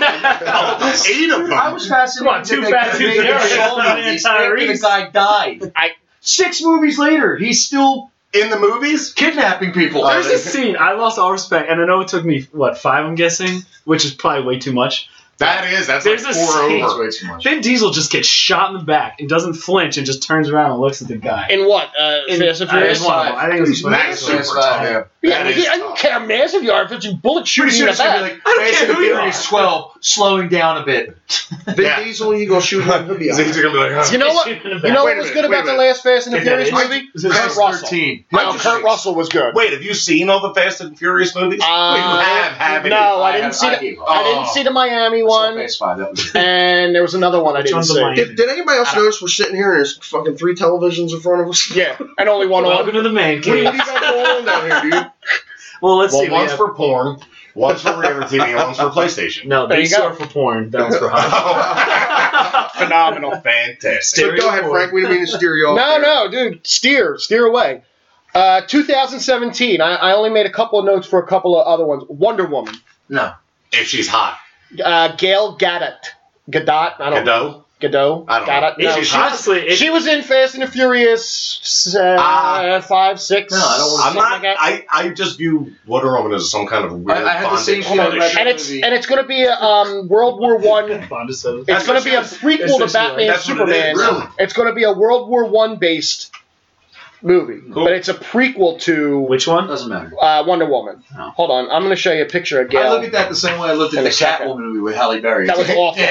E: one? No, eight of them.
D: I was fascinated.
B: Come on, too
D: that they
B: fast, too
D: made the
B: furious.
D: Shaw
B: Not
D: movies
B: even
D: after the
B: Tyrese.
D: guy died.
A: I-
D: Six movies later, he's still
E: in the movies.
D: kidnapping
G: Oh,
D: people.
B: There's a scene I lost all respect, and I know it took me what five, I'm guessing, which is probably way too much.
E: That is that's
B: There's
E: like
B: a
E: four
B: scene-
E: over.
G: way too much.
B: Vin Diesel just gets shot in the back and doesn't flinch and just turns around and looks at the guy.
A: In what? Uh, Fast and
B: I-
A: Furious?
B: it's one of them. I think it was
E: He's
B: Fast and
E: massive.
B: Furious.
E: Super tough.
G: Yeah.
A: Yeah,
E: That
A: I mean,
E: is
A: I don't
E: tough.
A: care massive you are if it's a bullet shooting you in the
D: gonna be
A: back.
D: like,
B: I don't
D: Fast
B: care
D: and
B: who you
D: Furious
B: are.
D: 12, slowing down a bit.
C: Vin
E: Yeah.
C: Diesel, you gonna shoot him? He'll be all right.
E: Zane's gonna be like, huh.
A: You know what?
B: Shooting in the
A: You
B: back.
A: know what
E: Wait a
A: was
E: minute,
A: good
E: wait a
A: about the
E: minute.
A: last Fast and the
B: Yeah,
A: Furious
B: it is.
A: movie?
D: This
A: Kurt
D: is
A: Russell.
D: 13.
A: No,
E: I just-
A: Kurt Russell was good.
E: Wait, have you seen all the Fast and Furious movies?
A: Uh,
E: Wait, you have, haven't you?
A: no, Oh, I
G: I
A: didn't
G: have-
A: see
G: I
A: the
G: gave up. Oh,
A: I didn't
E: oh.
A: see the Miami one,
G: Phase five. That was.
A: and there was another one I
B: Which
A: didn't
B: one's the
A: see.
B: Miami?
C: Did, did anybody else notice we're sitting here and there's fucking three televisions in front of us?
A: Yeah, and only one
B: Welcome
A: on.
B: to the man
C: What do you
B: cave.
C: got going on down here, dude?
B: Well, let's
E: Well,
B: see. we
E: one's
B: have-
E: for porn, one's for regular TV, and one's for PlayStation.
B: no,
A: There you
B: these
A: go.
B: are for porn. That was for hot.
E: Oh.
A: Phenomenal.
E: Fantastic.
C: But go ahead, Frank. We didn't mean to steer you off.
A: No,
C: there.
A: no, dude, steer, steer away. Uh, 2017. I, I only made a couple of notes for a couple of other ones. Wonder Woman.
E: If she's hot.
A: Uh, Gail Gadot. Gadot. I don't.
E: Godot?
A: Gadot.
E: I don't
A: Gadot.
E: know.
A: No,
E: She's
A: she,
E: hot.
B: Honestly, it,
A: she was in Fast and the Furious uh,
E: Ah.
A: five, six.
G: No, I don't wanna-
E: I'm
A: something like
E: not.
A: that.
E: I, I just view Wonder Woman as some kind of weird
G: I had the same
E: bondage
G: thing on
E: fetish.
G: Reddit.
A: and it's
G: movie.
A: and it's going to be a um, World War One.
B: Bond is so-
A: It's going to be a prequel to
B: That's what
A: Batman
B: it
E: is.
A: Superman.
E: Really?
A: It's going to be a World War One based movie,
E: Cool.
A: but it's a prequel to
B: Which one?
G: Doesn't matter.
A: uh, Wonder Woman.
B: Oh.
A: Hold on, I'm going to show you a picture of
G: I
A: Gail.
G: look at that the same way I looked at
A: And
G: the
A: the second.
G: Catwoman movie with Halle Berry.
A: That was awful.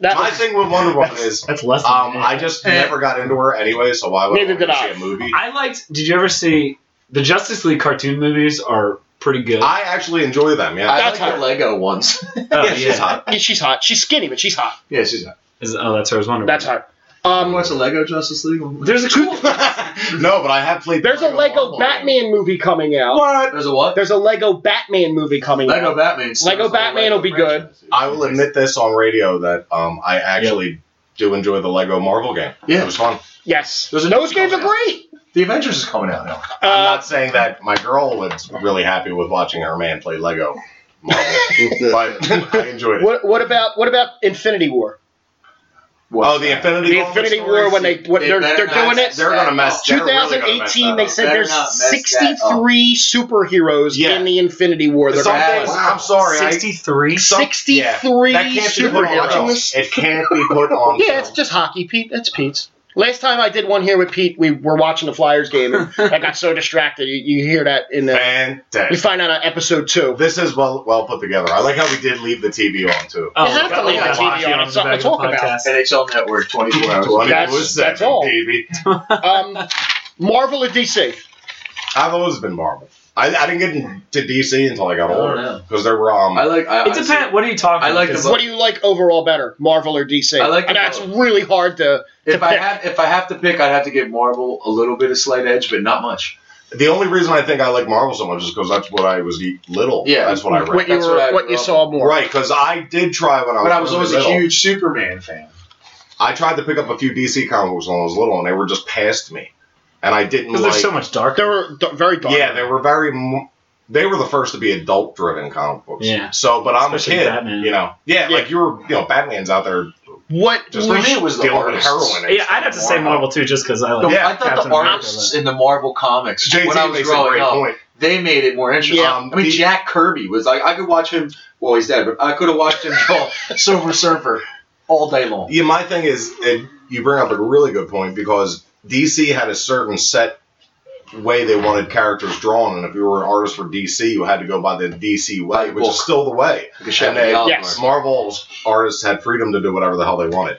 A: That
E: My
A: was,
E: thing with Wonder Woman is,
B: That's less. Than
E: um,
B: that.
E: I just never got into her anyway, so why would
A: Eh. Neither
E: I, wanna
A: did I.
E: see a movie?
B: I liked. Did you ever see the Justice League cartoon movies? Are pretty good.
E: I actually enjoy them. Yeah,
G: I
A: That's
G: like
A: hot.
G: the Lego ones.
B: oh,
E: yeah, she's hot.
A: yeah, she's hot. She's skinny, but she's hot.
G: yeah, she's. Not.
B: Is- oh, that's her. I was wondering.
A: That's hot.
G: Um,
A: Um,
G: what's a Lego Justice League?
B: There's a cool.
E: no, but I have played.
A: there's a Lego
E: Marvel
A: Batman movie coming out.
E: What?
G: There's a what?
A: There's a Lego Batman movie coming
G: Lego
A: out.
G: Batman.
A: Lego Batman will be good.
E: I will admit this on radio that um, I actually do enjoy the Lego Marvel game.
G: Yeah.
E: it was fun.
A: Yes,
G: There's a
A: those
G: movie
A: games are
G: coming
A: great.
G: The Avengers is coming out now.
E: I'm
A: Uh,
E: not saying that my girl was really happy with watching her man play Lego Marvel, but I enjoyed it.
A: what, what about what about Infinity War?
E: Oh, the Infinity
A: The
E: Gauntlet
A: Infinity
E: story?
A: War when they what,
G: They
A: they're they're
G: better not
A: doing it.
E: They're gonna mess. they're really gonna mess
A: 2018,
E: that
A: they
E: up.
A: said
G: Better
A: there's
G: not mess that up.
A: 63 superheroes
E: Yeah.
A: in the Infinity War. They're
E: Some
A: gonna
G: bad.
E: things-
A: play.
G: Wow.
E: I'm sorry. I-
B: 63.
E: some- yeah,
A: 63
E: that can't be put on film.
A: superheroes.
E: It can't be put on.
A: Yeah, it's
E: film.
A: just hockey, Pete. That's Pete's. Last time I did one here with Pete, we were watching the Flyers game, and I got so distracted. You, you hear that in the. You
E: fantastic.
A: find out on episode two.
E: This is well well put together. I like how we did leave the TV on too.
B: Oh,
A: You have to
B: God,
A: leave the
B: yeah,
A: TV
B: watch
A: on,
B: it
A: it's something
B: back
A: to
B: of the
A: talk about.
B: podcast.
G: NHL Network 24 hours.
A: That's- that's
E: 24/7,
A: all.
E: baby.
A: Um, Marvel or DC?
E: I've always been Marvel. I, I didn't get into DC until I got
A: Oh,
G: I don't
E: older
G: know.
E: because there were um.
G: I like. I,
B: It depends. What are you talking?
G: I like
B: about?
G: the-
A: What do you like overall better, Marvel or DC?
G: I like
A: And
G: them
A: that's
G: both.
A: really hard to.
G: If I have, if I have to pick, I'd have to give Marvel a little bit of slight edge, but not much.
E: the only reason I think I like Marvel so much is because that's what I was e-, little.
G: Yeah.
E: that's what I read.
A: What you
G: That's
A: were,
G: what I
A: what you
G: love.
A: saw more.
E: Right, because I did try when I was.
G: But I was
E: really
G: always a
E: little.
G: huge Superman fan.
E: I tried to pick up a few DC comic books when I was little, and they were just past me. and I didn't
B: Because
E: like.
B: they're so much darker.
A: They were d- very dark.
E: yeah, they were very. m- They were the first to be adult-driven comic books.
B: Yeah.
E: So, but I'm
B: Especially
E: a kid.
B: Batman.
E: You know. Yeah,
A: Yeah.
E: like you were. You know, Batman's out there
A: What
E: just
G: For me, it was the
E: dealing with
G: artists.
E: heroin. and
B: Yeah, I'd have to say
E: Marvel.
B: Marvel too, just because I like.
G: The-
E: Yeah,
G: I thought
B: Captain
G: the
B: America,
G: artists in the Marvel comics
E: JT
G: when I was
E: makes a
G: growing
E: great
G: up,
E: point.
G: they made it more interesting.
A: Yeah.
G: I mean,
E: The-
G: Jack Kirby was like I could watch him. Well, he's dead, but I could have watched him draw Silver Surfer all day long.
E: Yeah, my thing is, and you bring up a really good point because DC had a certain set way they wanted characters drawn, and if you were an artist for DC, you had to go by the DC way, which
G: Book.
E: is still the way.
G: Like a Shadow
E: And they-
G: Diablo.
A: yes.
E: Marvel's artists had freedom to do whatever the hell they wanted.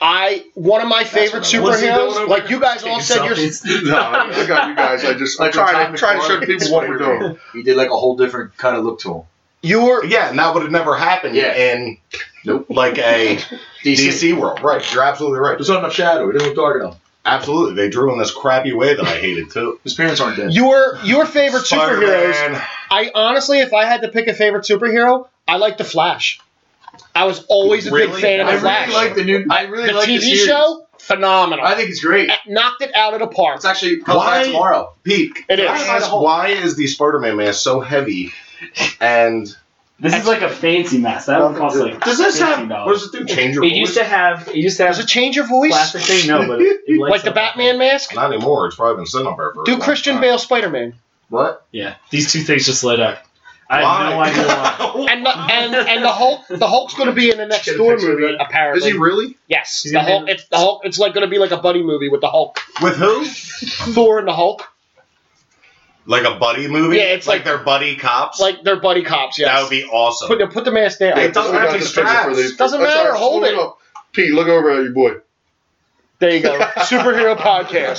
A: I one of my favorite
G: what I mean.
E: What's he doing
A: superheroes.
E: over
A: Like
E: there?
A: you guys all said, you're
C: No, look at you guys. I just I'm
G: Like
C: trying
G: Tom
C: to try to show
G: McFarlane.
C: people what we're doing.
G: He did like a whole different kind of look to him.
A: you were
E: Yeah, and that would have never happened
G: Yeah.
E: in
G: Nope.
E: like a
G: DC.
E: DC world. Right, you're absolutely right.
G: There's not enough shadow. It didn't look dark enough.
E: Absolutely, they drew in this crappy way that I hated too.
G: His parents aren't dead.
A: your your favorite superheroes.
E: Spider-Man.
A: I honestly, if I had to pick a favorite superhero, I like the Flash. I was always a big
E: Really?
A: fan of
G: I
A: the
G: really
A: Flash.
G: like the new. I really
A: the
G: like
A: TV
G: the series.
A: show, phenomenal.
G: I think it's great.
A: It knocked it out of the park.
G: It's actually comes
E: Why-
G: back tomorrow.
E: Pete,
A: It
E: can
A: is.
E: I ask why is the Spider-Man mask so heavy? And
B: This is like a fancy mask. That would cost like.
E: does this have?
B: $15.
E: What does it do? Change your
B: It
E: voice?
B: used to have. It used to
A: Does
B: have
A: it change your voice?
B: plastic thing. No, but it, it lights
A: like the
B: up.
A: Batman mask?
E: Not anymore. It's probably been sitting up there for. a
A: Do
E: long
A: Christian
E: time.
A: Bale Spider Man.
G: What?
B: Yeah, these two things just lit up. I have no
E: Why?
B: idea why.
A: And the, and and the Hulk the Hulk's gonna be in the next
C: Get a
A: Thor
C: picture of
A: movie,
C: that.
A: apparently.
C: Is he really?
A: yes.
B: He's
A: The
B: gonna
A: Hulk
B: be-
A: it's the Hulk it's like gonna be like a buddy movie with the Hulk.
E: With who?
A: Thor and the Hulk.
E: Like a buddy movie?
A: Yeah, it's like-
E: their buddy cops.
A: Like they're buddy cops, yes.
E: that would be awesome.
A: put, put the mask down.
E: It doesn't
C: We got
E: have to be
C: this picture for
E: straps.
C: the-
A: Doesn't
C: I'm sorry,
A: matter, hold it.
C: up. Pete, look over at your boy.
A: There you go. Superhero podcast.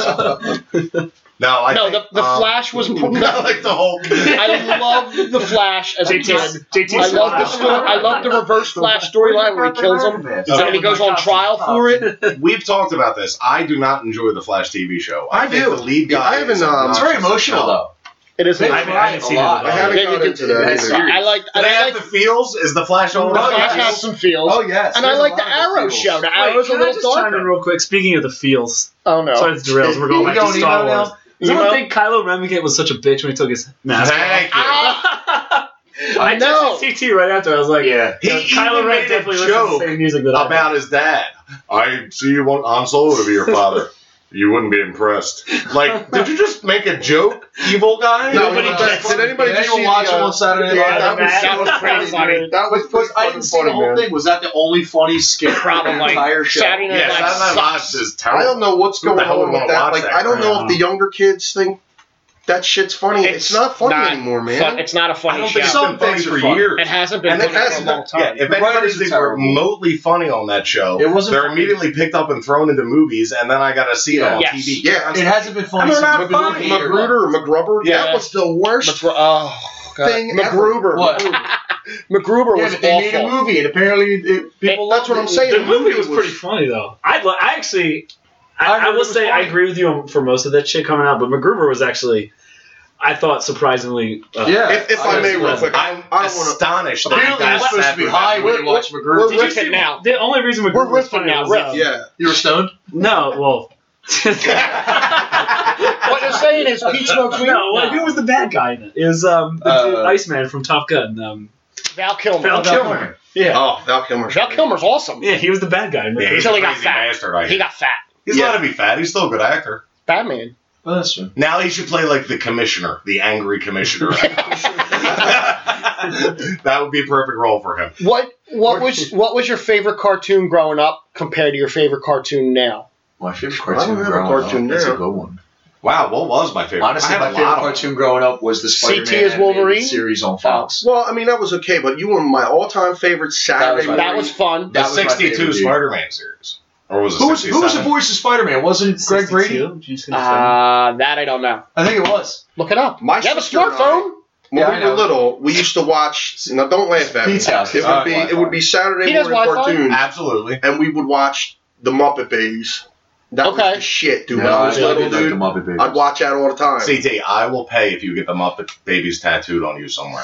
E: no, I
A: No, the,
E: think,
A: the
E: um,
A: Flash was.
E: Not like the Hulk.
A: I loved the Flash as a kid.
B: JT's, JT's
A: I love the
B: smile.
A: story. I love the reverse Flash storyline where he kills him
E: Okay.
A: and he goes on trial for it.
E: We've talked about this. I do not enjoy the Flash TV show. I,
C: I
E: think
C: do.
E: the lead
C: Yeah,
E: guy.
C: I haven't,
E: is
C: um,
E: obnoxious
G: It's very
E: as
G: emotional
E: hell.
G: though.
A: It is.
B: I haven't, I haven't seen it.
G: A
B: at
G: lot.
B: all.
C: I haven't
A: Yeah, you
C: got
A: can-
C: into that
G: that's
C: either.
G: serious.
A: I like.
E: Do
A: And
E: they
A: I like.
E: have the Oh, feels? Is the Flash
A: The
E: all
C: Oh,
E: about
A: Flash
E: that?
A: has some feels.
G: Oh yes.
A: And I
G: There's a
A: like
G: lot
A: the
G: of good
A: Arrow
G: feels.
A: show. The
B: Wait,
A: Arrow's a
B: can I
A: little
B: just chime in
A: darker.
B: real quick? Speaking of the feels,
A: Oh no.
B: sorry to derail, we're going
G: You
B: back to
G: going
B: Star
G: emo now?
B: Wars. Does anyone
A: Emo?
B: think Kylo Ren became- was such a bitch when he took his mask
E: Thank you.
A: Ah,
B: I
A: know.
B: texted CT right after. I was like,
G: Yeah.
E: He
B: Kylo
E: even
B: Ren
E: made a
B: definitely listens to the
E: joke
B: same music that I
E: about his dad. I see you want Han Solo to be your father. you wouldn't be impressed. Like, did you just make a joke, evil guy?
C: No,
A: Nobody
C: uh,
A: gets
C: did anybody
G: Did
C: just
G: anyone
C: see
G: watch
C: the,
G: him
C: uh,
G: on Saturday
C: yeah,
G: Night?
C: that was,
A: That was
C: crazy.
A: crazy.
C: dude. That was
G: Was, I didn't see the whole
C: man.
G: thing. Was that the only funny skit?
A: Probably.
G: of the entire show.
A: Saturday Night
E: Yeah,
A: Live
E: Saturday Night Live
A: sucks.
E: is
C: I
E: terrible.
C: don't know what's
E: Who the
C: going
E: hell would
C: on with
E: wanna
C: that.
E: watch
C: Like,
E: that
C: I don't
E: crap?
C: know if the younger kids think that shit's funny. It's, not funny anymore, man.
A: fun- It's not a funny
E: I don't think
A: show.
E: it's been funny for years.
A: It hasn't been
E: And it
A: funny for a
E: hasn't.
A: long
E: Yeah,
A: time.
E: if
G: The
E: anybody's
G: writers are
E: been
G: terrible.
E: remotely funny on that show,
G: It wasn't
E: they're
G: funny.
E: immediately picked up and thrown into movies, and then I got to see
G: Yeah.
E: them on
A: Yes.
E: TV.
C: yeah,
G: It hasn't been funny
E: They're
G: since
E: not
G: Movie
E: funny.
G: Theater.
C: MacGruder, MacGruber.
A: Yeah.
C: That was the worst
A: McGru- oh, God.
C: thing.
A: MacGruber.
G: What?
A: MacGruber
G: Yeah,
A: was
G: but they made a
A: awful.
G: movie, and apparently it, people.
C: Ever. That's what I'm saying.
B: The movie was pretty funny though. I li- I actually I,
G: I
B: I,
G: heard it
B: will
G: was
B: say I
G: funny.
B: agree with you on, for most of that shit coming out, but MacGruber was actually I thought surprisingly uh,
G: Yeah.
C: If, if I, may, real quick,
E: I'm
C: I don't wanna-
E: astonished that
G: Apparently,
E: you
G: you're
E: guys
G: supposed
E: sat
G: to be
E: through that
G: high when
E: movie.
G: you watch MacGruber.
A: We're
B: Did you
A: riffing
B: see-
A: now.
B: The only reason MacGruber
A: We're
B: was
A: riffing
B: funny
A: now,
B: was,
A: riff.
B: um,
C: yeah.
G: You were stoned.
B: No, well.
A: What you're saying is Pete smokes weed.
B: no, well, who was the bad guy in it? It was um, the
G: Uh,
B: dude, Iceman from Top Gun. Um,
A: Val Kilmer.
B: Val Kilmer. Yeah.
C: Oh, Val Kilmer.
A: Val Kilmer's awesome.
B: Yeah, he was the bad guy. in
E: Yeah,
B: MacGruber.
E: he's
A: Until
E: a
A: he got
E: crazy
A: fat.
E: bastard. I
A: He
E: hate.
A: got fat.
E: He's
C: Yeah.
E: not to be fat. He's still a good actor.
A: Batman.
G: Oh, that's true.
E: Now he should play like the commissioner, the angry commissioner. that would be a perfect role for him.
A: What what was what was your favorite cartoon growing up compared to your favorite cartoon now?
G: My favorite
C: I
G: cartoon
C: don't have a
G: growing
C: cartoon
G: up. That's a
C: now.
G: good one.
E: Wow, what was my favorite?
G: Honestly,
E: I had
G: my
E: a
G: favorite
E: lot of
G: cartoon growing up was the Spider-Man
A: CT as Wolverine?
G: animated series on Fox.
C: Well, I mean, that was okay, but you were my all-time favorite Saturday.
G: my-
A: That was fun.
E: the
G: That was my favorite,
E: 62
G: dude.
E: Spider-Man series. Or was it
G: Who was, who was the
E: 67?
G: voice of Spider-Man? Wasn't Greg Brady?
B: 62? Did you say that?
A: Uh, that I don't know.
G: I think it was.
A: Look it up.
C: My
A: you have a
C: sister and I-
A: smartphone?
C: When
G: Yeah, I
C: we were
G: know.
C: little, we used to watch. Now, don't laugh at me.
G: Pete's house.
C: It would be it would be Saturday
A: He has
C: morning
A: Wi-Fi?
C: cartoons,
E: Absolutely.
C: and we would watch the Muppet Babies. That
A: Okay.
C: was the shit, dude.
G: No,
C: when I was
G: I
C: little,
G: did like
C: dude,
G: the Muppet Babies.
C: I'd watch that all the time.
E: CT, I will pay if you get the Muppet Babies tattooed on you somewhere.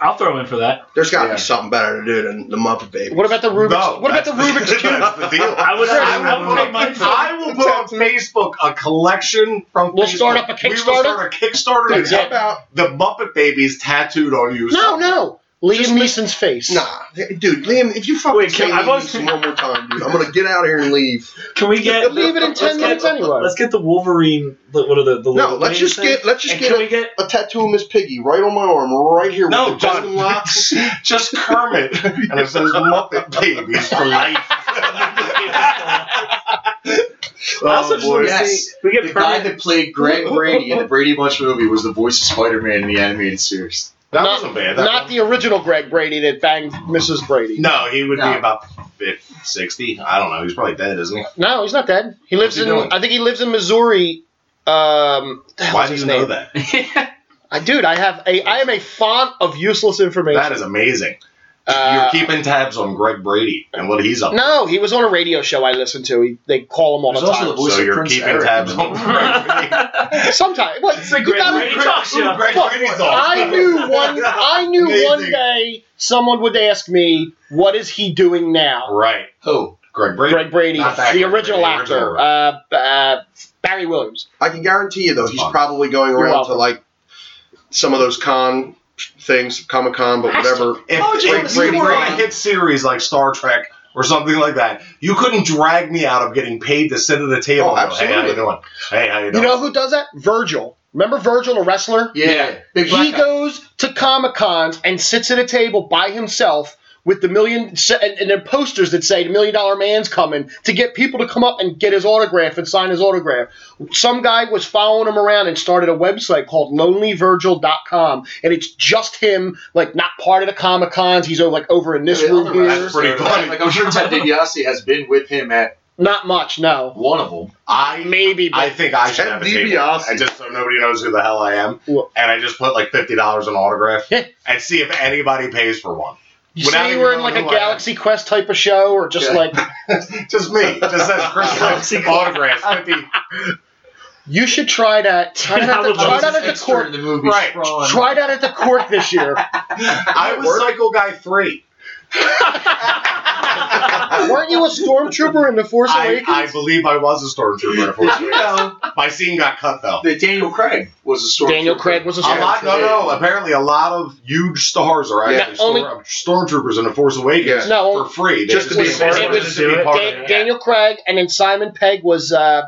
B: I'll throw in for that.
C: There's got to
G: Yeah.
C: be something better to do than the Muppet Baby.
A: What about the Rubik's?
E: No,
A: what about the
E: that's-
A: Rubik's Cube?
E: That's the deal.
B: I would. I would, I would make my.
E: I will put on Facebook a collection from.
A: We'll
E: Facebook.
A: start up a
E: We will start a Kickstarter.
A: That's
E: and
A: it.
E: how about the Muppet Babies tattooed on you?
A: No, no. Liam
C: Just
A: Neeson's face.
C: Nah, dude, Liam, if you fucking
B: Wait,
C: say
B: can- I
C: Liam
B: was-
C: Neeson one more time, dude, I'm gonna get out of here and leave.
B: Can we get?
A: Leave it in
B: let's
A: ten
B: get-
A: minutes anyway.
B: Let's get the Wolverine. the- What are the? the
C: No,
B: Wolverine
C: let's just
B: thing?
C: get let's just
B: And can we
C: get
B: get?
C: a, a tattoo of Miss Piggy right on my arm, right here.
E: No,
C: with the Justin
E: done.
C: Locks.
E: Just Kermit, and it says Muppet Babies for life.
B: I also
G: Oh,
B: just
E: boy.
B: want to
G: Yes.
B: see. We
G: The
B: get
G: guy
B: Kermit.
G: that played Greg Brady in the Brady Bunch movie was the voice of Spider-Man in the animated series.
E: That
A: Not-
E: wasn't bad. That
A: Not
E: one.
A: the original Greg Brady that banged Mrs. Brady.
E: No, he would
G: No.
E: be about 50, 60. I don't know. He's probably dead, isn't he?
A: No, he's not dead. He lives
E: he
A: in.
E: doing?
A: I think he lives in Missouri. Um, what the hell
E: Why
A: is
E: do
A: his
E: you
A: name?
E: know that?
A: I, dude, I have a. I am a font of useless information.
E: That is amazing.
A: Uh,
E: You're keeping tabs on Greg Brady and what he's up to.
A: No, he was on a radio show I listened to. He, they call him all
G: There's
A: the
G: also
A: time.
G: the voice
E: So
G: of
E: you're
G: Prince
E: keeping
G: Eric.
E: tabs on Greg Brady.
A: Sometimes, well,
B: It's a
A: you
B: great
A: gotta-
B: Brady talk show.
E: Greg
A: Look,
E: Brady's
A: I
E: awesome.
A: knew one. I knew one
E: Amazing.
A: day someone would ask me, "What is he doing now?"
E: Right.
G: Who?
E: Greg Brady.
A: Greg Brady,
E: Not that
A: the
E: Greg
A: original
E: Brady,
A: actor,
E: original.
A: Uh, uh, Barry Williams.
C: I can guarantee you though, he's
E: Fine.
C: probably going
A: You're
C: around to
A: welcome.
C: like some of those con things, Comic Con, but whatever.
E: If,
G: Oh,
E: if
G: Jim,
E: you
G: Brady,
E: were on a
G: Brady.
E: hit series like Star Trek or something like that, you couldn't drag me out of getting paid to sit at the table.
C: Oh,
E: and go, Hey, how you
C: absolutely.
E: doing? Hey, how you
A: You
E: doing?
A: know who does that? Virgil. Remember Virgil, the wrestler?
G: Yeah. Big black
A: He
G: guy.
A: goes to Comic Cons and sits at a table by himself with the million and, and their posters that say the million dollar man's coming to get people to come up and get his autograph and sign his autograph. Some guy was following him around and started a website called lonelyvirgil.com and it's just him like not part of the Comic Cons. He's like over in this
G: Yeah,
A: room
G: other
A: here.
E: That's pretty funny.
G: Like I'm sure Ted DiBiase has been with him at
A: Not much, no.
G: one of them.
E: I
A: Maybe but
E: I think I should
C: Ted
E: have a table.
C: DiBiase.
E: I just so nobody knows who the hell I am,
A: Well-
E: and I just put like fifty dollars on autograph
A: Yeah.
E: and see if anybody pays for one.
A: you
E: without
A: say you
E: even
A: were in
E: knowing
A: like a
E: who I am.
A: Galaxy Quest type of show or just
G: Yeah.
A: like
E: Just me. It Just says Chris Rock autographs. 50.
A: you should try that. Try
B: I
A: that,
B: would
A: try
B: love
A: that
B: to
A: at the
G: Extra
A: court
G: in the movie.
E: Right.
G: Spawn.
A: Try that at the court this year.
E: I was Cycle Guy Three.
A: Weren't you a stormtrooper in the Force
E: I,
A: Awakens?
E: I believe I was a stormtrooper. in Force
G: You
E: Awakens.
G: know
E: My scene got cut though.
G: that Daniel Craig was a story.
A: Daniel Craig was a
E: A lot,
A: stormtrooper.
E: no, no. Apparently, a lot of huge stars are
A: Yeah,
E: actually
A: only-
E: storm, stormtroopers in the Force Awakens
A: Yeah. No.
E: for free. They
C: Just to be part of
A: it.
E: just to be
B: It
E: part
A: Da-
E: of it.
A: Daniel Craig, and then Simon Pegg was uh,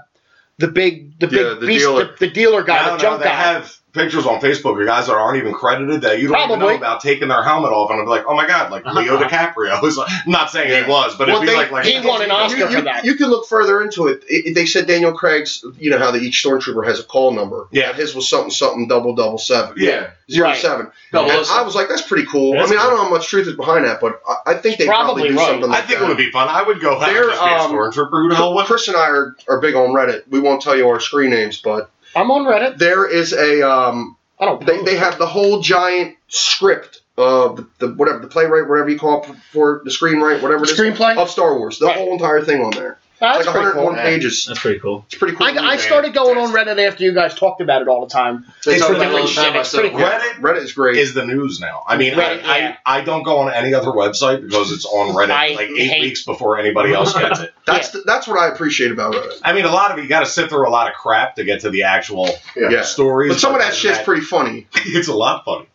A: the big, the big
C: Yeah, the
A: beast,
C: dealer.
A: The, the dealer guy,
E: No,
A: the
E: no,
A: jump
E: they
A: guy.
E: have pictures on Facebook of guys that aren't even credited that you don't even
A: Probably. Uh-huh.
E: know about taking their helmet off, and I'm like, oh my god, like Leo DiCaprio. It's like- I'm not saying he was, but
C: Well,
E: it'd be
C: they-
E: like, like
A: he won an Oscar
C: you,
A: for
C: you-
A: that.
C: you can look further into it. It- it- They said Daniel Craig's, you know how the, each stormtrooper has a call number.
E: Yeah.
C: his was something something double double seven.
E: yeah,
C: Zero
A: Right.
C: seven.
G: Double
C: And
G: O seven.
C: I was like, that's pretty cool.
B: That's
C: I mean, I
B: cool.
C: don't know how much truth is behind that, but I, I think they
A: Probably
C: probably, do
A: right.
C: something
E: I
C: like
E: think
C: that.
E: it would be fun. I would go.
C: They're,
E: There, just be a
C: um,
E: stormtrooper. Who the hell would?
C: Chris and I are, are big on Reddit. We won't tell you our screen names, but
A: I'm on Reddit.
C: there is a um,
A: I don't.
C: they, they have the whole giant script of the whatever the playwright, whatever you call it for the screenwrite, whatever it is
A: screenplay.
C: of Star Wars. The
A: Right.
C: whole entire thing on there.
A: Oh, that's
C: it's like
A: pretty
C: 101
A: cool.
C: pages.
B: That's pretty cool.
C: It's pretty cool.
A: I, I started going on Reddit after you guys talked about it all the time.
G: They
A: It's
G: talk
A: for
G: about it all
A: different
G: the time,
A: shit.
G: I
A: It's
G: said,
A: pretty cool.
E: Reddit
C: Reddit is great.
E: is the news now. I mean,
A: Right,
E: I,
A: yeah.
E: I I don't go on any other website because it's on Reddit
A: I
E: like eight
A: hate-
E: weeks before anybody else gets it.
C: that's the, that's what I appreciate about Reddit.
E: I mean, a lot of it, you got to sit through a lot of crap to get to the actual
G: Yeah.
C: Yeah.
E: stories.
C: But some of
E: but
C: that
E: other
C: shit's
E: than
C: pretty funny.
E: that, It's a lot funny.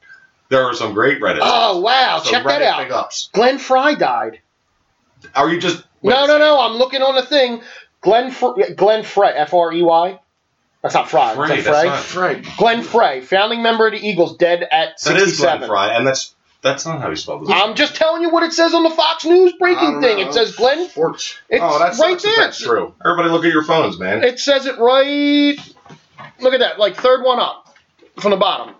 E: There are some great Reddit.
A: Oh wow!
E: so
A: Check
E: Reddit
A: that out.
E: Big ups.
A: Glenn Fry died.
E: Are you just
A: No,
E: wait,
A: no, no. I'm looking on the thing. Glenn Fr- Glenn Frey, F R E Y. That's not Uh, Fry.
E: Frey,
A: Is that Frey?
E: that's
G: Right.
A: Glenn Frey, founding member of the Eagles, dead at
E: That is Glenn
A: 67.
E: Fry, and that's that's not how you spell this.
A: I'm just telling you what it says on the Fox News
C: I
A: breaking
C: don't
A: thing.
C: know.
A: It says Glenn.
C: Sports.
A: It's
E: oh, that's
A: right there.
E: That's true. Everybody, look at your phones, man.
A: It says it right. Look at that, like third one up from the bottom.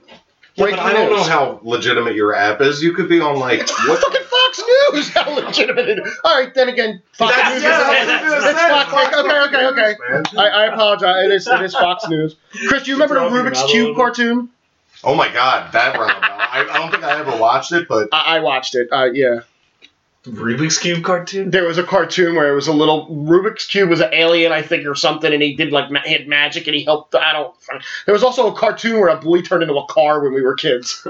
E: Yeah,
A: Breaking
E: but I don't
A: news.
E: know how legitimate your app is. You could be on like what
A: Look at Fox News. How legitimate it is. All right, then again, Fox
E: That's-
A: News.
E: yeah,
A: is
E: that's-
A: it's
E: that's-
A: Fox. Okay, okay, okay.
E: man.
A: I, I apologize. It is, it is Fox News. Chris, do you remember the
B: You're
A: Rubik's
B: talking
A: Cube
B: about all
A: cartoon?
E: Oh my god, that rang a bell. I, I don't think I ever watched it, but
A: I, I watched it. Uh, yeah.
B: Rubik's Cube cartoon?
A: There was a cartoon where it was a little Rubik's cube was an alien, I think, or something, and he did like ma- he had magic and he helped. I don't. There was also a cartoon where a bully turned into a car when we were kids.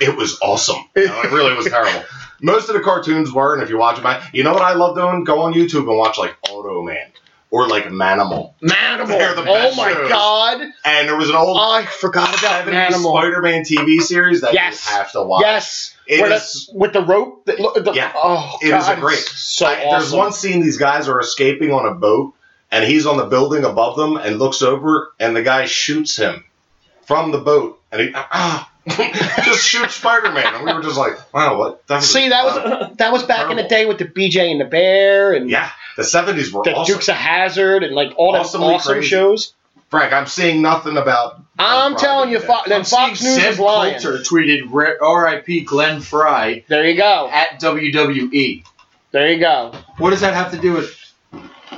E: It was awesome. No, it really was terrible. Most of the cartoons were, and if you watch them, I, you know what I love doing? Go on YouTube and watch like Auto Man or like Manimal.
A: Manimal.
E: They're the
A: oh
E: best
A: my
E: shows.
A: god!
E: And there was an old
A: I forgot about Manimal.
E: Spider Man TV series that
A: Yes.
E: you have to watch.
A: Yes,
E: It
A: Where
E: is-
A: the- with the rope. The, look, the,
E: Yeah.
A: oh,
E: It is
A: God,
E: a great-
A: it's So
E: I- There's
A: awesome.
E: one scene these guys are escaping on a boat, and he's on the building above them and looks over, and the guy shoots him from the boat, and he ah, just shoots Spider Man, and we were just like, wow, what? That
A: See, that was that was back in the
E: uh, Terrible.
A: day with the BJ and the Bear and
E: yeah. The seventies were
A: the
E: awesome.
A: Dukes of Hazard and like all those
E: Awesomely
A: awesome
E: crazy.
A: shows.
E: Frank, I'm seeing nothing about.
A: I'm
E: Friday
A: telling you,
E: yet.
A: Fo- then
G: I'm
A: Fox
G: seeing
A: News
G: Zeb
A: is lying.
G: Coulter tweeted "Re- "R.I.P. Glenn Fry
A: There you go.
G: at E." WWE."
A: There you go.
G: What does that have to do with?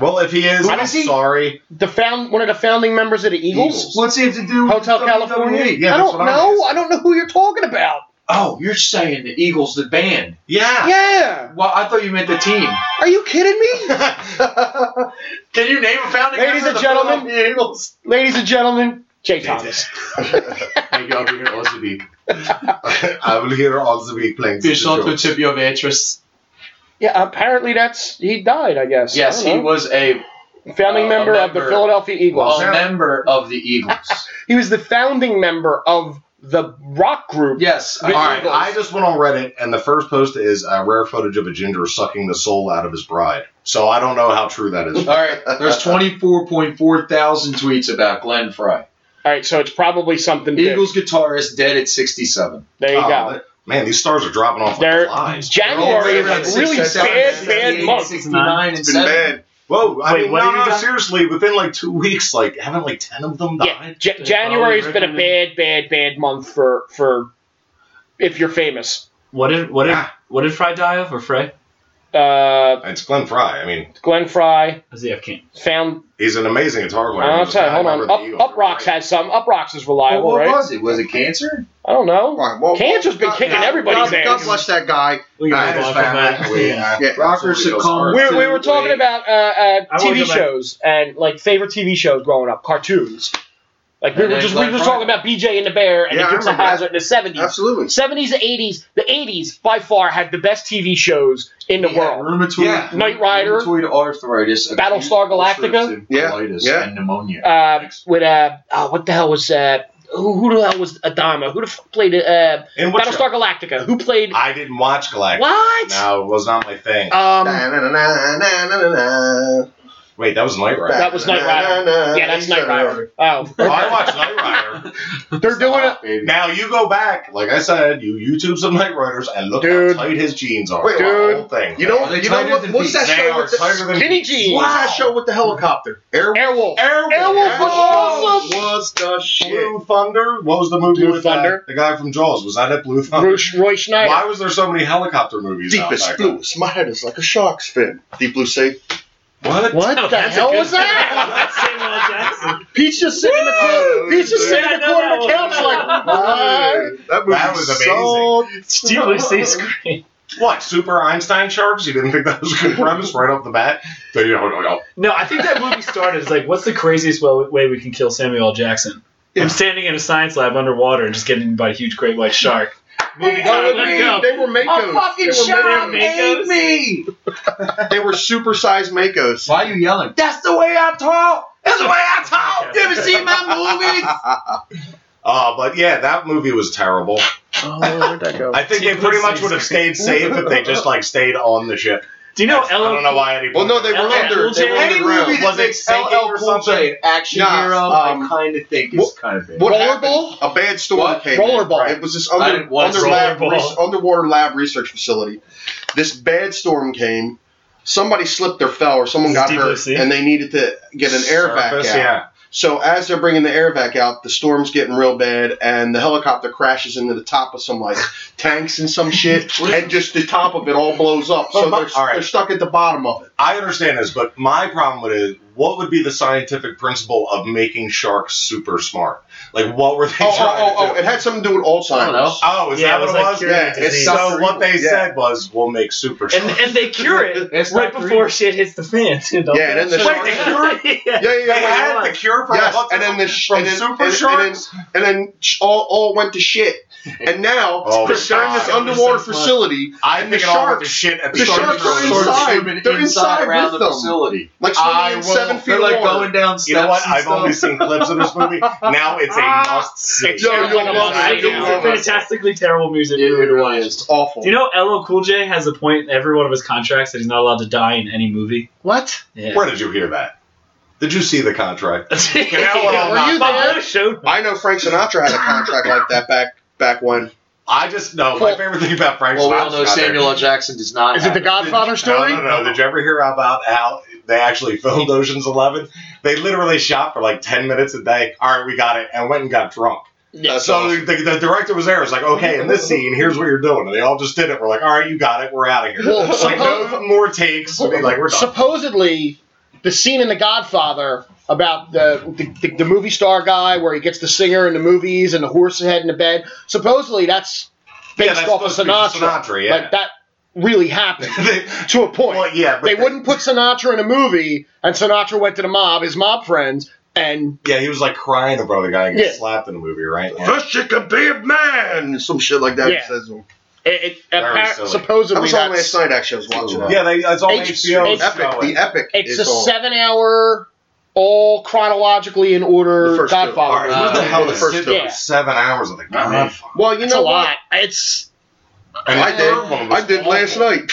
E: Well, if he is,
A: Who
E: I'm
A: is he?
E: sorry.
A: The found one of the founding members of the Eagles.
E: Eagles.
G: What's it have to do?
A: Hotel
G: with
A: California.
G: WWE?
E: Yeah,
A: I
E: that's
A: don't
E: what I'm
A: know.
E: asking.
A: I don't know who you're talking about.
G: Oh, you're saying the Eagles, the band?
E: Yeah.
A: Yeah.
G: Well, I thought you meant the team.
A: Are you kidding me?
G: Can you name a founding?
A: Ladies and
G: member of the
A: gentlemen.
G: Philadelphia Eagles.
A: Ladies and gentlemen, Jay
E: Jay
A: Thomas.
G: Thank you. I'll be here all the week.
E: I will hear all the big playing.
G: Fish on to tip your interest.
A: Yeah, apparently that's he died, I guess.
G: Yes,
A: I don't
G: he
A: know.
G: was a
A: founding
G: a
A: member, of the
G: member.
A: Philadelphia Eagles.
E: Well,
G: a member of the Eagles.
A: he was the founding member of the rock group.
G: yes.
A: The
E: All right,
A: Eagles.
E: I just went on Reddit, and the first post is uh, rare footage of a ginger sucking the soul out of his bride. So I don't know how true that is.
G: All right. There's 24.4 thousand tweets about Glenn Fry.
A: All right, so it's probably something big.
G: Eagles guitarist dead at 67.
A: There you
E: Oh,
A: go.
E: that- Man, these stars are dropping off
A: They're-
E: like flies.
A: January
G: They're all
A: is a
G: around
A: really
G: 67,
A: bad,
G: 68,
A: bad month.
G: 69 and
E: It's been
G: 70.
E: bad. Whoa, I
B: Wait,
E: mean,
B: what
E: no,
B: did you
E: no,
B: die?
E: seriously, within like two weeks, like, haven't like 10 of them
A: Yeah.
E: died?
A: J-
B: They're
A: January's been
B: probably
A: a bad, bad, bad month for for if you're famous.
B: What did what did
E: Yeah.
B: what did Fry die of or Frey?
A: Uh,
E: It's Glenn Fry. I mean,
A: Glenn Fry
B: Is he King?
A: found.
E: he's an amazing guitar player.
A: I'll
E: But
A: tell you.
E: I
A: Hold
E: remember the
A: on.
E: Eagles
A: Up,
E: were
A: Up Rocks
E: great.
A: has some. Up Rocks is
G: Well,
A: reliable,
G: what
A: right?
G: was it? Was it cancer?
A: I don't know.
C: Right, well,
A: Cancer's been
C: God-
A: kicking
C: God-
A: everybody's
C: God,
A: ass.
C: God bless that guy.
B: We can
C: Alright,
B: move
C: it's
B: on from
C: fine.
B: that.
E: We, uh,
C: Yeah.
G: Rocker succumbed.
A: We, we
G: to
A: were talking
G: a-
A: about uh, uh,
B: I wanna
A: TV
B: go back-
A: shows and like favorite TV shows growing up, cartoons. Like we
G: And
A: were
G: then
A: just we were
G: Glenn
A: just
G: Fry.
A: talking about BJ and the Bear and
C: Yeah,
A: the
C: I
A: Dukes of
C: remember that.
A: Hazard in the seventies.
C: Absolutely.
A: Seventies, eighties, the eighties by far had the best TV shows in the
G: He had
A: world.
G: Rheumatoid,
E: Yeah.
A: Knight Rider.
G: Rheumatoid arthritis. acute
A: Battlestar Galactica.
G: ulcerative
C: Yeah.
G: Colitis
C: Yeah.
G: and pneumonia.
A: Uh, with uh, oh, what the hell was uh, who, who the hell was Adama? Who the fuck played uh,
E: And what
A: Battlestar Galactica? Who played
E: I didn't watch Galactic.
A: what?
E: No, it was not my thing.
A: Um,
C: Na-na-na-na-na-na-na.
E: Wait, that was Knight Rider.
A: That was Knight Rider.
C: Na-na-na-na.
A: yeah, that's Knight Rider.
E: Oh,
A: Oh,
E: I watched Knight Rider.
A: they're doing it.
G: Stop, baby.
E: Now you go back, like I said, you YouTube some Knight Riders and look
A: Dude.
E: how tight his jeans are.
C: Wait,
E: the whole
A: dude.
E: thing.
C: You know,
G: Are they
C: you know
G: tighter
C: what?
G: than
C: What's that
E: they
C: show
E: are
C: with the
E: tighter than
A: Skinny jeans.
C: What's that show with the helicopter?
E: Air-
A: Airwolf.
E: Airwolf.
A: Airwolf was awesome.
C: Was the shit.
E: Blue Thunder. What was the movie
A: Blue
E: with that-
A: Thunder.
E: the guy from Jaws? Was that at Blue Thunder?
A: Roy, Roy Schneider.
E: Why was there so many helicopter movies? out
C: Deepest
E: back then?
C: blues. My head is like a shark's fin. Deep blue sea.
E: What?
A: What
B: Oh,
A: the
B: that's a
A: hell
B: good-
A: was that?
B: That's Samuel L. Jackson.
A: Peach just sitting in the corner. Peach just sitting in the corner of the couch like, what?
C: That,
E: That was amazing.
B: Deeply sea screen.
E: What? Super Einstein sharks? You didn't think that was a good premise right off the bat? They- no, no, no.
B: No, I think that movie started as like, what's the craziest wa- way we can kill Samuel L. Jackson?
C: Yeah.
B: I'm standing in a science lab underwater and just getting eaten by a huge great white shark. Movie
C: That
B: time,
C: would
B: let
C: be-
B: it go.
C: They were Makos.
A: fucking
C: They were
A: shark.
C: Makos.
B: Makos.
G: me!
C: They were supersized Makos.
G: Why are you yelling?
C: That's the way I talk. That's the way I
E: Oh,
B: talk. You ever
C: seen my
E: Uh, but yeah, that movie was terrible.
C: movies? oh, where'd that go?
E: I think they
B: Deeply
E: pretty much
B: sea
E: would have
B: screen.
E: stayed safe if they just like stayed on the ship.
B: Do you know
E: I don't
B: Ella?
E: know why anybody.
C: Well, no, they were
B: LL
C: under.
B: Cool
C: They were
B: J.
C: underground.
E: movie that
G: was it
E: makes LL
G: LL
E: Cool
G: Cool J, action
C: Nah,
G: hero?
C: um,
G: I kind of think it's kind of it.
C: What
A: Rollerball?
C: happened? A bad storm
G: What?
C: came.
A: Rollerball.
C: In. It was this
G: I
C: under,
G: didn't watch
C: under lab
B: Rollerball.
C: res- underwater lab research facility. This bad storm came. Somebody slipped or fell, or someone
B: This is
C: got
B: deep blue
C: hurt,
B: sea?
C: and they needed to get an air vac out.
E: Surface, Yeah.
C: So as they're bringing the air vac out, the storm's getting real bad, and the helicopter crashes into the top of some like tanks and some shit, and just the top of it all blows up. So
E: But my-
C: they're,
E: all right.
C: they're stuck at the bottom of it.
E: I understand this, but my problem with it what would be the scientific principle of making sharks super smart? Like, what were they
C: Oh,
E: trying
C: oh, oh,
E: to
C: oh,
E: do?
C: it had something to do with
G: I don't know.
C: Alzheimer's.
E: Oh, is
B: Yeah,
E: that what
B: it was
E: it
B: like
E: was?
B: curing
E: yeah.
C: disease.
E: so what they
C: Yeah.
E: said was, "We'll make super
B: And,
E: sharks."
B: and they cure it
D: It's
B: right
D: not
B: before
D: green.
B: shit hits the fan. Dude,
C: Yeah, and then the
B: Wait, they
C: shark-
B: cure it? Yeah.
C: Yeah, yeah,
E: they
C: yeah. wait,
E: had
B: hold
E: the
B: on.
E: cure for
C: Yes,
E: what
C: and then the sh-
E: from
C: and then,
E: super
C: and, and then,
E: sharks.
C: and then sh- all, all went to shit. And now
E: Oh,
C: they're
E: my
C: during this
E: God.
C: underwater
B: This is much-
C: facility,
E: I
C: and the
E: think it all went to
C: sharks-
E: shit at the,
C: the
E: start of
C: sharks are
E: the
C: inside. They're inside
G: around
C: with
G: the
C: them.
G: facility.
C: like swimming
G: I
C: in
G: will-
C: seven feet
G: They're
C: of
G: like
C: water.
G: going down steps.
E: You know what?
G: and
E: I've
G: stuff.
E: only seen clips of this movie. Now it's a must see.
C: Ah. Yo, you'll love it.
B: It's
C: You'll
B: a
C: love it.
B: fantastically terrible music.
G: It, it
B: video.
G: really is.
C: It's awful.
B: Do you know LL Cool J has a point in every one of his contracts that he's not allowed to die in any movie?
A: What?
B: Yeah.
E: Where did you hear that? Did you see the contract?
B: Yeah,
E: Were
C: you
B: Bob
C: there?
B: Hope showed me.
C: I know Frank Sinatra had a contract like that back back when.
E: I just know my
A: Well-
E: favorite thing about Frank.
G: Well, we all
E: Sinatra's
G: know
E: not there.
G: Samuel L. Jackson does not.
A: Is it
G: have
A: the Godfather
E: No,
A: story?
E: no, no. Did you ever hear about how they actually filmed Ocean's Eleven? They literally shot for like ten minutes a day. All right, we got it, and went and got drunk.
C: That's
E: so
C: awesome.
E: the, the director was there. It's like, okay, in this scene, here's what you're doing. And they all just did it. We're like, all right, you got it. We're out of here.
A: Well,
E: It's like no
A: suppo-
E: more takes. We'd be like we're done.
A: supposedly the scene in The Godfather about the, the, the movie star guy where he gets the singer in the movies and the horse head in the bed. Supposedly that's based
E: yeah, that's
A: off of
E: supposed to be
A: Sinatra.
E: Sinatra. Yeah.
A: Like that really happened to a point.
E: well, yeah, but
A: they wouldn't put Sinatra in a movie, and Sinatra went to the mob, his mob friends, and
E: Yeah, he was like crying about the guy and got
A: Yeah.
E: slapped in the movie, right? Like,
C: First you could be a man, some shit like that.
A: Yeah.
C: Says him.
A: it, it
E: Very
A: appar-
E: silly.
C: I
A: supposedly
C: was on
A: that's,
C: last night actually. I was watching.
E: yeah, they, it's all
A: H-
E: HBO.
A: H-
E: show
C: Epic,
E: it.
C: the epic.
A: it's a
C: is on.
A: seven-hour, all chronologically in
C: The
A: order
C: first two.
A: Godfather.
C: All
E: Who
C: right.
E: the
C: Uh,
E: hell
C: the
E: is
C: first
E: sit
C: two.
E: through seven hours of the God?
C: Well, you
A: It's a
C: know what?
A: lot. It's
E: And
C: I
E: the
C: did.
E: third one was
C: I did last
E: awful.
C: night.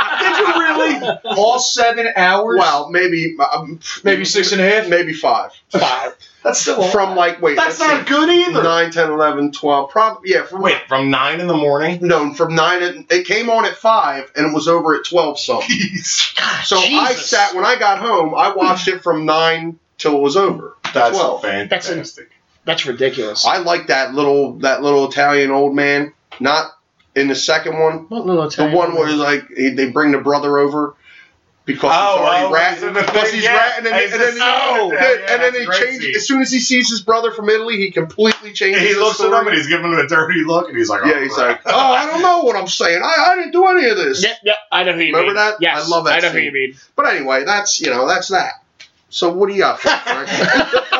E: Did you really?
G: all seven hours.
C: Wow, maybe um,
G: Maybe six and a half?
C: maybe five.
A: five.
G: that's still
C: From like wait,
E: That's
C: let's
E: not good
C: see,
E: either.
C: nine, ten, eleven, twelve. Probably yeah. From
E: Wait, from nine in the morning.
C: no, from nine. At, it came on at five, and it was over at twelve something. So I
A: Jesus.
C: sat when I got home. I watched it from nine till it was over.
E: That's
C: Twelve.
E: fantastic.
A: That's That's ridiculous.
C: I like that little that little Italian old man. Not in the second one.
A: What little
C: The
A: Italian
C: one
A: man?
C: where like he- they bring the brother over because he's already ratting.
E: Oh, in the
C: Because he's ratting, and, then- and then, he,
E: oh,
C: and then- and then he changes. As soon as he sees his brother from Italy, he completely changes.
E: He
C: his
E: looks at
C: story.
E: him and he's giving him a dirty look, and he's like,
C: yeah, he's like,
E: crap.
C: "Oh, I don't know what I'm saying. I, I didn't do any of this."
A: Yep, yep. I know who you
C: Remember
A: mean.
C: that?
A: Yes,
C: I love that
A: I know who
C: scene.
A: you mean.
C: But anyway, that's you know that's that. So what do you got for us, Frank?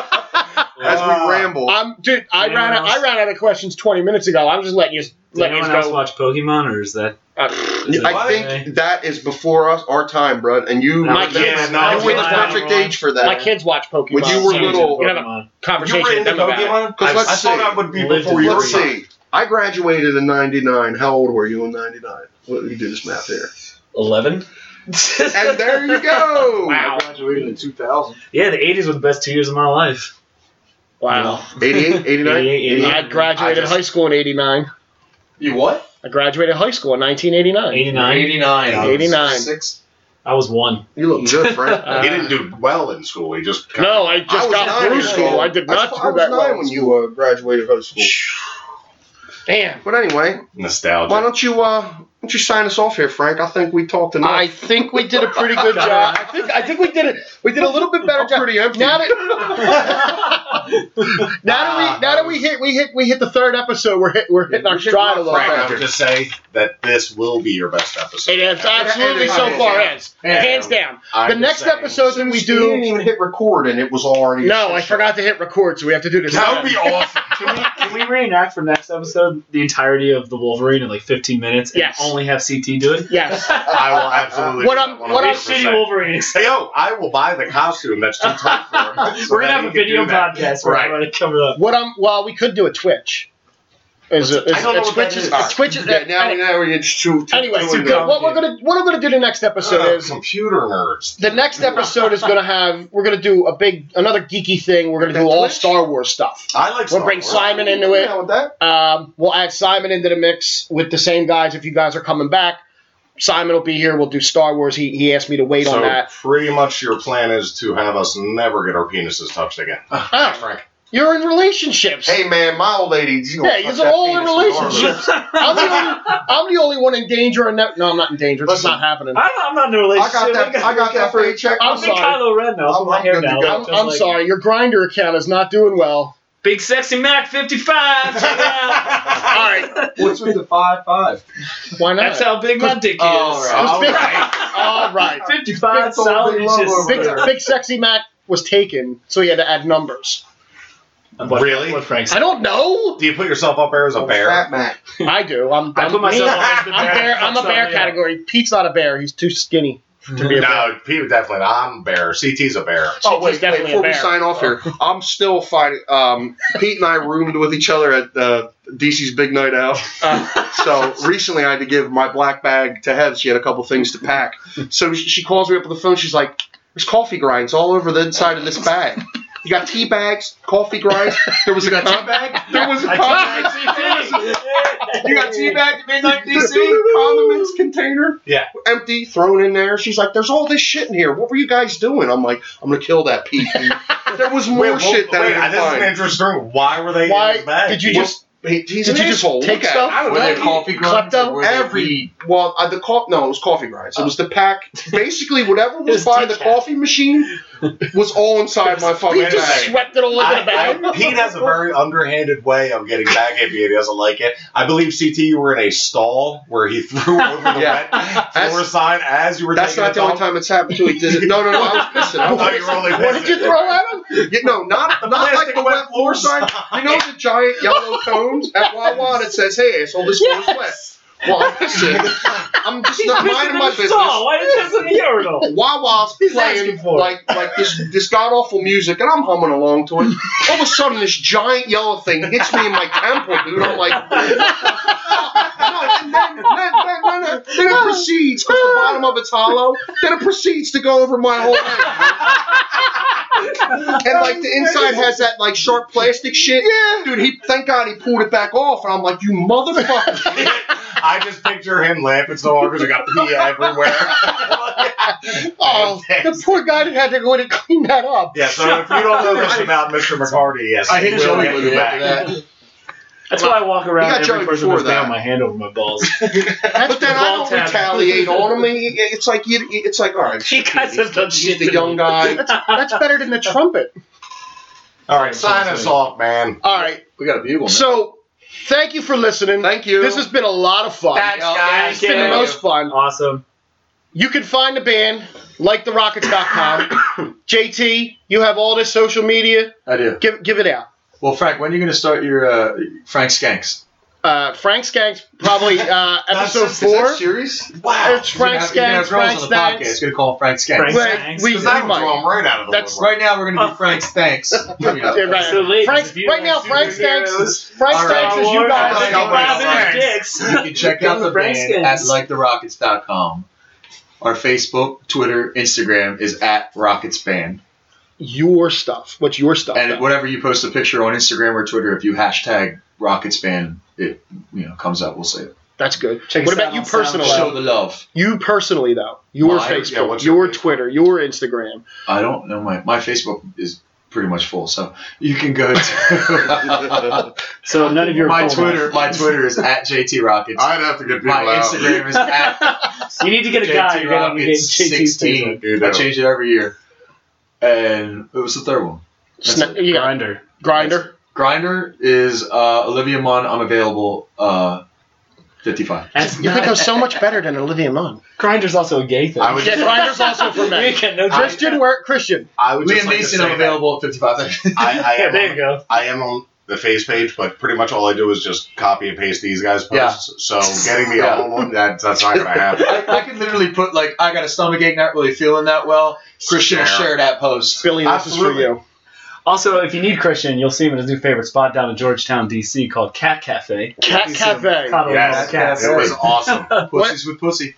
C: As
E: Uh,
C: we ramble,
A: I'm, Um, dude. I
B: Anyone
A: ran. Out,
B: else?
A: I ran out of questions twenty minutes ago. I'm just letting you.
B: Did
A: Letting you
B: anyone else
A: go.
B: watch Pokemon, or is that?
A: Uh,
B: is
C: I
B: that-
C: think that is before us, our time, bro. And you,
B: My
C: you
B: kids-
C: were
B: my
C: the
B: kids-
C: perfect age for
A: my
C: that.
A: kids watch Pokemon.
C: When you
A: so
C: were
B: Change
C: little-
B: in
A: you can have a
B: Pokemon.
E: you were
A: conversation with
E: into
A: them about it.
E: Pokemon?
C: 'Cause
E: I,
C: let's
E: I
C: see.
E: thought that would be
B: Lived
E: before
B: in
E: you were
C: Oh, Let's see. I graduated in '99. How old were you in '99? Well, you do this math here.
B: Eleven.
C: And there you go.
A: Wow.
G: I graduated in 2000.
B: Yeah, the '80s were the best two years of my life.
A: Wow.
C: 88, 89.
B: 88,
A: I graduated
E: I just-
A: high school in '89.
G: You what?
A: I graduated high school in 1989.
B: 89.
G: 89.
A: 89.
G: Six.
B: I was one.
C: You look good, Frank.
A: Uh,
E: he didn't do well in school. He just
A: No, I
C: I
A: just
C: was
A: got
C: nine
A: through
C: when
A: school.
C: you-
A: I did
C: was-
A: not
C: I
A: do
C: was
A: that
C: nine
A: well.
C: when you uh, graduated high school.
A: Damn.
C: But anyway,
E: nostalgia.
C: why don't you uh, why don't you sign us off here, Frank? I think we talked enough.
A: I think we did a pretty good job. I think, I think we did it. We did a little bit better
C: I'm
A: job.
C: pretty empty.
A: Now that, now that we now that we hit we hit we hit the third episode, we're hit, we're hitting
C: Yeah,
A: our
C: we hit
A: stride a
C: rock
A: little
E: Frank, I
A: bit.
E: would just say that this will be your best episode.
A: It is absolutely
C: It is.
A: so far is
G: Yeah.
A: hands down.
E: I'm
A: The
E: just
A: next
E: saying.
A: episode that we
C: You didn't
A: do.
C: even hit record, and it was already.
A: No, I forgot to hit record, so we have to do this.
E: That would be awesome.
B: Can we, can we reenact for next episode the entirety of the Wolverine in like 15 minutes and
A: Yes.
B: only have CT do it?
A: Yes.
E: I will absolutely.
A: What
E: do
A: I'm-
E: that one
A: what I'm-
E: 100%.
B: Shitty Wolverine.
E: Hey, yo, I will buy the costume that's too tight for him. so
B: We're gonna have
E: that he
B: a
E: can
B: video
E: do that.
B: podcast where
E: Right.
B: I'm gonna cover it up.
A: What I'm well, we could do a Twitch. Is a, is,
E: I don't know
A: a
E: what
A: Twitch
E: that
A: is
E: is.
A: a Twitch is
C: Yeah, now, now we're getting too. too
A: anyway.
E: Too
A: What we're
B: complicated.
A: gonna what I'm gonna do the next episode
E: Ugh,
A: is
E: computer nerds.
A: the next episode is going to have we're going to do a big another geeky thing. We're going to do all Star Wars stuff.
E: I like.
A: We'll
E: Star
A: bring
E: Wars.
A: Simon into
C: Yeah,
A: it.
C: with that.
A: Um, we'll add Simon into the mix with the same guys. If you guys are coming back, Simon will be here. We'll do Star Wars. He he asked me to wait
E: so
A: on that.
E: pretty much your plan is to have us never get our penises touched again.
A: Oh,
E: Frank.
A: You're in relationships.
E: Hey man, my old lady. She gonna
A: yeah,
E: fuck
A: you're
E: that
A: all in
E: penis regardless.
A: relationships. I'm the, only, I'm the only one in danger. And that, no, I'm not in danger. It's
E: Listen,
A: not happening.
B: I'm, I'm not in a
E: I
B: relationship.
E: got that. I got that paycheck.
A: I'm
B: I'm
E: I'm
B: sorry.
A: sorry.
B: Kylo Ren now.
E: I'm-
B: Put my
E: I'm
B: hair
E: good to
B: down.
E: go.
A: I'm,
B: Just
A: I'm
B: like,
A: sorry. Your grinder account is not doing well.
B: Big sexy Mac 55. check it out.
A: All right.
D: What's with the five five?
A: Why not?
B: That's how big my dick is.
G: All right.
A: All right. All right.
B: 55 solid
D: big love
B: inches.
D: over
A: Big, Big Sexy Mac was taken, so he had to add numbers.
B: What-
E: Really?
B: What Frank
A: I
B: said.
A: don't know.
E: Do you put yourself up there as a bear?
C: Fat Mac.
A: I do. I'm,
B: I
A: I'm-
B: put myself
A: me.
B: up as the
A: I'm, bear, I'm a bear
B: Fuck somebody up.
A: category. Pete's not a bear. He's too skinny to be a bear.
E: No, Pete definitely. not. I'm a bear. CT's a bear.
A: Oh, wait, definitely
C: before
A: a
C: we
A: bear.
C: sign off here, I'm still fighting. Um, Pete and I roomed with each other at uh, DC's Big Night Out.
B: Uh.
C: so recently, I had to give my black bag to Hev. She had a couple things to pack. So she she calls me up on the phone. She's like, "There's coffee grinds all over the inside of this bag. You got tea bags, coffee grinds. There was a con- There was a
B: I
C: con-
D: You got tea back to midnight
C: DC condiments container.
E: Yeah.
C: Empty, thrown in there. She's like, "There's all this shit in here. What were you guys doing?" I'm like, "I'm gonna kill that Pete." And there was more
E: wait,
C: shit that
E: wait,
C: I didn't
E: this is
C: find.
E: an interesting. Why were they?
A: Why
E: in his bag?
A: did you
E: Well,
A: just
C: He- He's
A: Did
C: an
A: you just
C: asshole.
A: take
C: Look at
A: stuff?
C: him.
G: Were they coffee grinds?
A: Klepto?
G: or were they weed?
C: Every well, uh, the co- no, it was coffee grinds. It was the pack. Basically, whatever was
B: His
C: by the
B: decaf.
C: coffee machine was all inside my fucking
A: Pete
E: Wait a
A: just
E: minute.
C: bag.
A: swept it all over the
E: I,
A: bag.
E: I, Pete has a very underhanded way of getting back at me, and he doesn't like it. I believe CT, you were in a stall where he threw over the
C: Yeah.
E: wet floor
C: That's-
E: sign as you were
C: That's
E: taking
C: not the only time it's happened to me. Did it? No, no, no. I was pissing. I
E: I
C: was
E: thought you were only
A: What did you
E: pissing.
A: throw at him?
C: pissing. You- no, not not like
E: plastic
C: the wet floor sign. You know the giant yellow cones at Wawa that says, "Hey, asshole, this floor's wet." Well, I'm pissing. I'm just
B: He's
C: not
B: pissing
C: minding
B: in
C: my
B: the
C: business.
B: stall. Why is this in the urinal?
C: Wawa's
B: He's
C: playing
B: asking for it.
C: like like this this god awful music, and I'm humming along to it. All of a sudden, this giant yellow thing hits me in my temple, dude. I'm like, no, and then, then, then, then, then, it proceeds because the bottom of it's hollow. Then it proceeds to go over my whole head, dude. and like the inside has that like sharp plastic shit. Yeah, dude. He thank God he pulled it back off, and I'm like, you motherfucker.
E: I just picture him laughing so hard because I got pee everywhere.
A: Oh, the poor guy that had to go in and clean that up.
E: yeah, so if you don't know this about Mr. McCarty, yes,
D: I hit
E: he
D: his
E: will
D: own
E: get
D: with
E: you
D: it
E: back.
B: That's why I walk
C: You
B: around
C: got
B: every
C: Joey
B: person
C: before
B: with down
C: that.
B: my hand over my balls.
A: That's
C: but then I don't
B: ball tap.
C: retaliate on him. He- It's like you, it's like all right.
B: you guys have done
C: He's
B: shit
C: the
B: to
C: young
B: me.
C: guy.
A: That's better than the trumpet.
E: All right, sign us off, man.
A: All right.
G: We got a bugle. man.
A: So, thank you for listening.
C: Thank you.
A: This has been a lot of fun.
B: Thanks, guys.
A: It's been the
B: Thank
A: most fun.
B: Awesome.
A: You can find the band, like therockets.com. JT, you have all this social media.
G: I do.
A: Give, give it out.
G: Well, Frank, when are you going to start your uh, Frank Skanks?
A: Uh, Frank Skank's probably uh, episode
E: That's-
A: four. It's
G: serious?
A: Frank
G: You're gonna have-
A: Skanks,
G: you're gonna
A: Frank
G: have girls on the podcast.
A: Stanks.
G: You're gonna call him Frank Skanks.
B: Frank
A: Wait,
B: Skanks.
A: we, we
E: Because I would draw
A: might.
E: him right out of the
A: That's
E: woodwork.
G: Right now, we're gonna do Frank's thanks.
A: Yeah, right.
B: So late,
A: Frank's,
B: if you
A: right
B: like
A: now, Frank Stanks,
B: superheroes,
A: Frank
G: All
A: Stanks
G: right.
A: is you guys.
E: All right.
B: Robin
E: Thanks.
B: Dicks.
G: You can check out the
B: Frank's
G: band at
B: Skanks.
G: liketherockets.com. Our Facebook, Twitter, Instagram is at Rockets Band.
A: Your stuff. What's your stuff?
G: And
A: though?
G: whenever you post a picture on Instagram or Twitter, if you hashtag Rockets Band, it you know comes up. We'll see it.
A: That's good.
B: Check
A: what
B: us
A: about
B: out
A: you
B: on
A: personally?
B: SoundCloud.
G: Show the love.
A: You personally, though, your
G: Mine? Yeah,
A: Facebook,
E: what's your
A: your
E: Facebook?
A: Twitter, your Instagram.
G: I don't know my my Facebook is pretty much full, so you can go to
B: So none of your
G: my
B: full
G: Twitter. My Twitter is at JT Rockets.
E: I'd have to get people
G: My
E: out.
G: Instagram is at
B: names. You need to get a guy.
G: JT
B: You're gonna get
G: Rockets
B: JT
G: 16.
E: You
G: I
E: know.
G: change it every year. And what was the third one? That's
A: Sna-
G: it.
A: you got
B: Grinder.
A: Grinder.
G: Grinder is uh, Olivia Munn. I'm available. Uh, 55.
B: That's
A: You could
B: not-
A: go so much better than Olivia Munn.
B: Grinder's also a gay thing.
E: I would
A: Yeah, Grinder's also for men.
B: Get no
E: I-
A: Christian, where Christian?
E: I would just
G: Liam
E: like to
G: Mason.
E: say
G: I'm available at 55.
E: that I, I,
B: yeah,
E: am
B: there you go.
E: I am on the face page, but pretty much all I do is just copy and paste these guys'
G: Yeah.
E: posts. So getting me
G: Yeah.
E: all one, that, that's not going to happen.
G: I, I could literally put like I got a stomach ache, not really feeling that well. Christian will
E: Share.
G: share that post.
A: Billy, this
E: Absolutely.
A: is for you.
B: Also, if you need Christian, you'll see him at his new favorite spot down in Georgetown, D.C. called Cat Cafe.
A: Cat
B: He's
A: Cafe.
B: Cuddling
E: Yes,
B: all the cats.
E: it was awesome.
G: Pussies with pussy.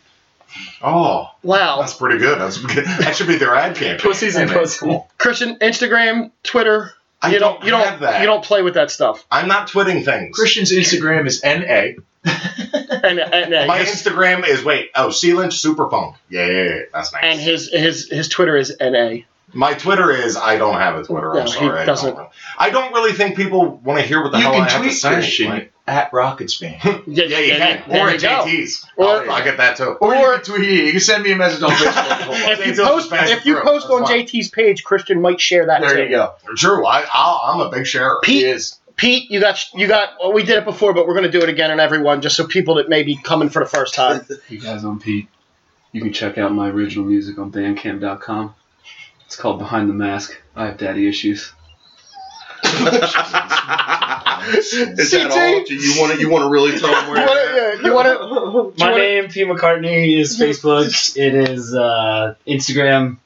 E: Oh,
A: Wow.
E: that's pretty good. That's good. That should be their ad campaign.
B: Pussies and
G: Hey, man,
B: pussies.
G: come on.
A: Christian, Instagram, Twitter.
E: I
A: you
E: don't,
A: you don't
E: have that.
A: you don't play with that stuff.
E: I'm not twitting things.
G: Christian's Instagram is na.
A: And and, and,
E: My
A: his,
E: Instagram is wait. Oh, Sealant Superfunk. Yeah, yeah, yeah, that's nice.
A: and his his his Twitter is NA.
E: My Twitter is I don't have a Twitter.
A: No,
E: I'm
A: he
E: sorry. I
A: doesn't.
E: don't, I don't really think people want to hear what the
G: you
E: hell I
G: can
E: have to
G: tweet
E: say.
G: Christian
E: Like,
G: at Rocketsman.
A: Yeah,
E: yeah,
A: there-
E: you can.
A: there
E: Or
A: you
E: at
A: go.
E: JT's.
A: Or-
E: I'll, I'll get that too.
G: Or you can tweet. You can send me a message on Facebook.
A: If you
E: They don't
A: post,
E: pass
A: if you
E: through.
A: post on
E: That's fine.
A: JT's page, Christian might share that
G: there
A: too.
G: you go.
E: Drew, I, I'll, I'm a big sharer.
A: Pete-
G: He is.
A: Pete, you got you got. Well, we did it before, but we're going to do it again on everyone, just so people that may be coming for the first time.
B: You guys, I'm Pete. You can check out my original music on Bandcamp.com. It's called Behind the Mask. I have daddy issues.
C: Is that all? Do you want to? You want to really tell them
A: you
C: where?
A: want to? You want
B: My
A: to?
B: name, P. McCartney, is Facebook. It is uh, Instagram,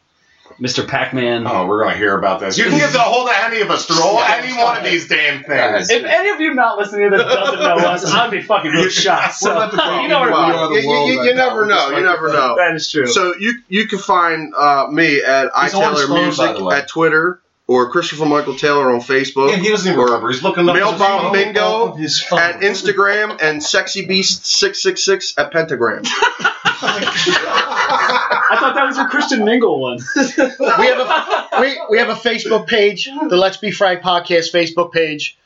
B: Mr. Pac-Man.
E: Oh, we're gonna hear about this. You can get a hold of any of us through all, any one of these damn things.
G: Guys.
B: If any of you not listening to this doesn't know us, I'd be fucking real shocked. So,
C: We're not the problem.
B: you know where we are.
C: Wow. You- you- you never know. You never know.
B: That is true.
C: So you you can find uh, me at I
G: He's on his
C: Taylor
G: phone, by
C: Music
G: the way.
C: at Twitter or Christopher Michael Taylor on Facebook.
E: Yeah, he doesn't even remember. He's looking up.
C: Mail
E: his
C: bomb
E: phone.
C: bingo
D: His phone.
C: at Instagram and sexy beast six six six at Pentagram.
B: I thought that was your Christian Mingle one.
A: We have a we, we have a Facebook page, the Let's Be Frank podcast Facebook page.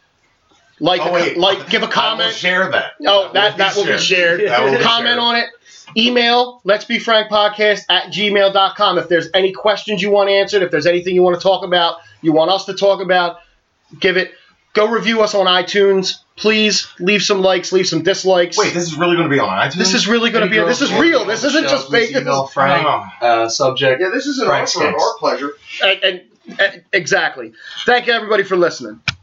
A: Like
E: Oh, wait.
A: like give a
E: I will
A: comment.
E: share that.
A: Oh, that that will be shared.
E: That will be
A: Comment
E: shared.
A: on it. Email let's be frank podcast at gmail.com. If there's any questions you want answered, if there's anything you want to talk about, you want us to talk about, give it. Go review us on iTunes. Please leave some likes, leave some dislikes.
E: Wait, this is really gonna be on iTunes.
A: this is really going to be. This is real. This isn't just fake. This is-
G: Email Frank.
E: Oh.
G: Uh, subject.
C: Yeah, this is an
G: Frank
C: offer of
G: Stinks.
C: our pleasure.
A: and, and, and- exactly. Thank you everybody for listening.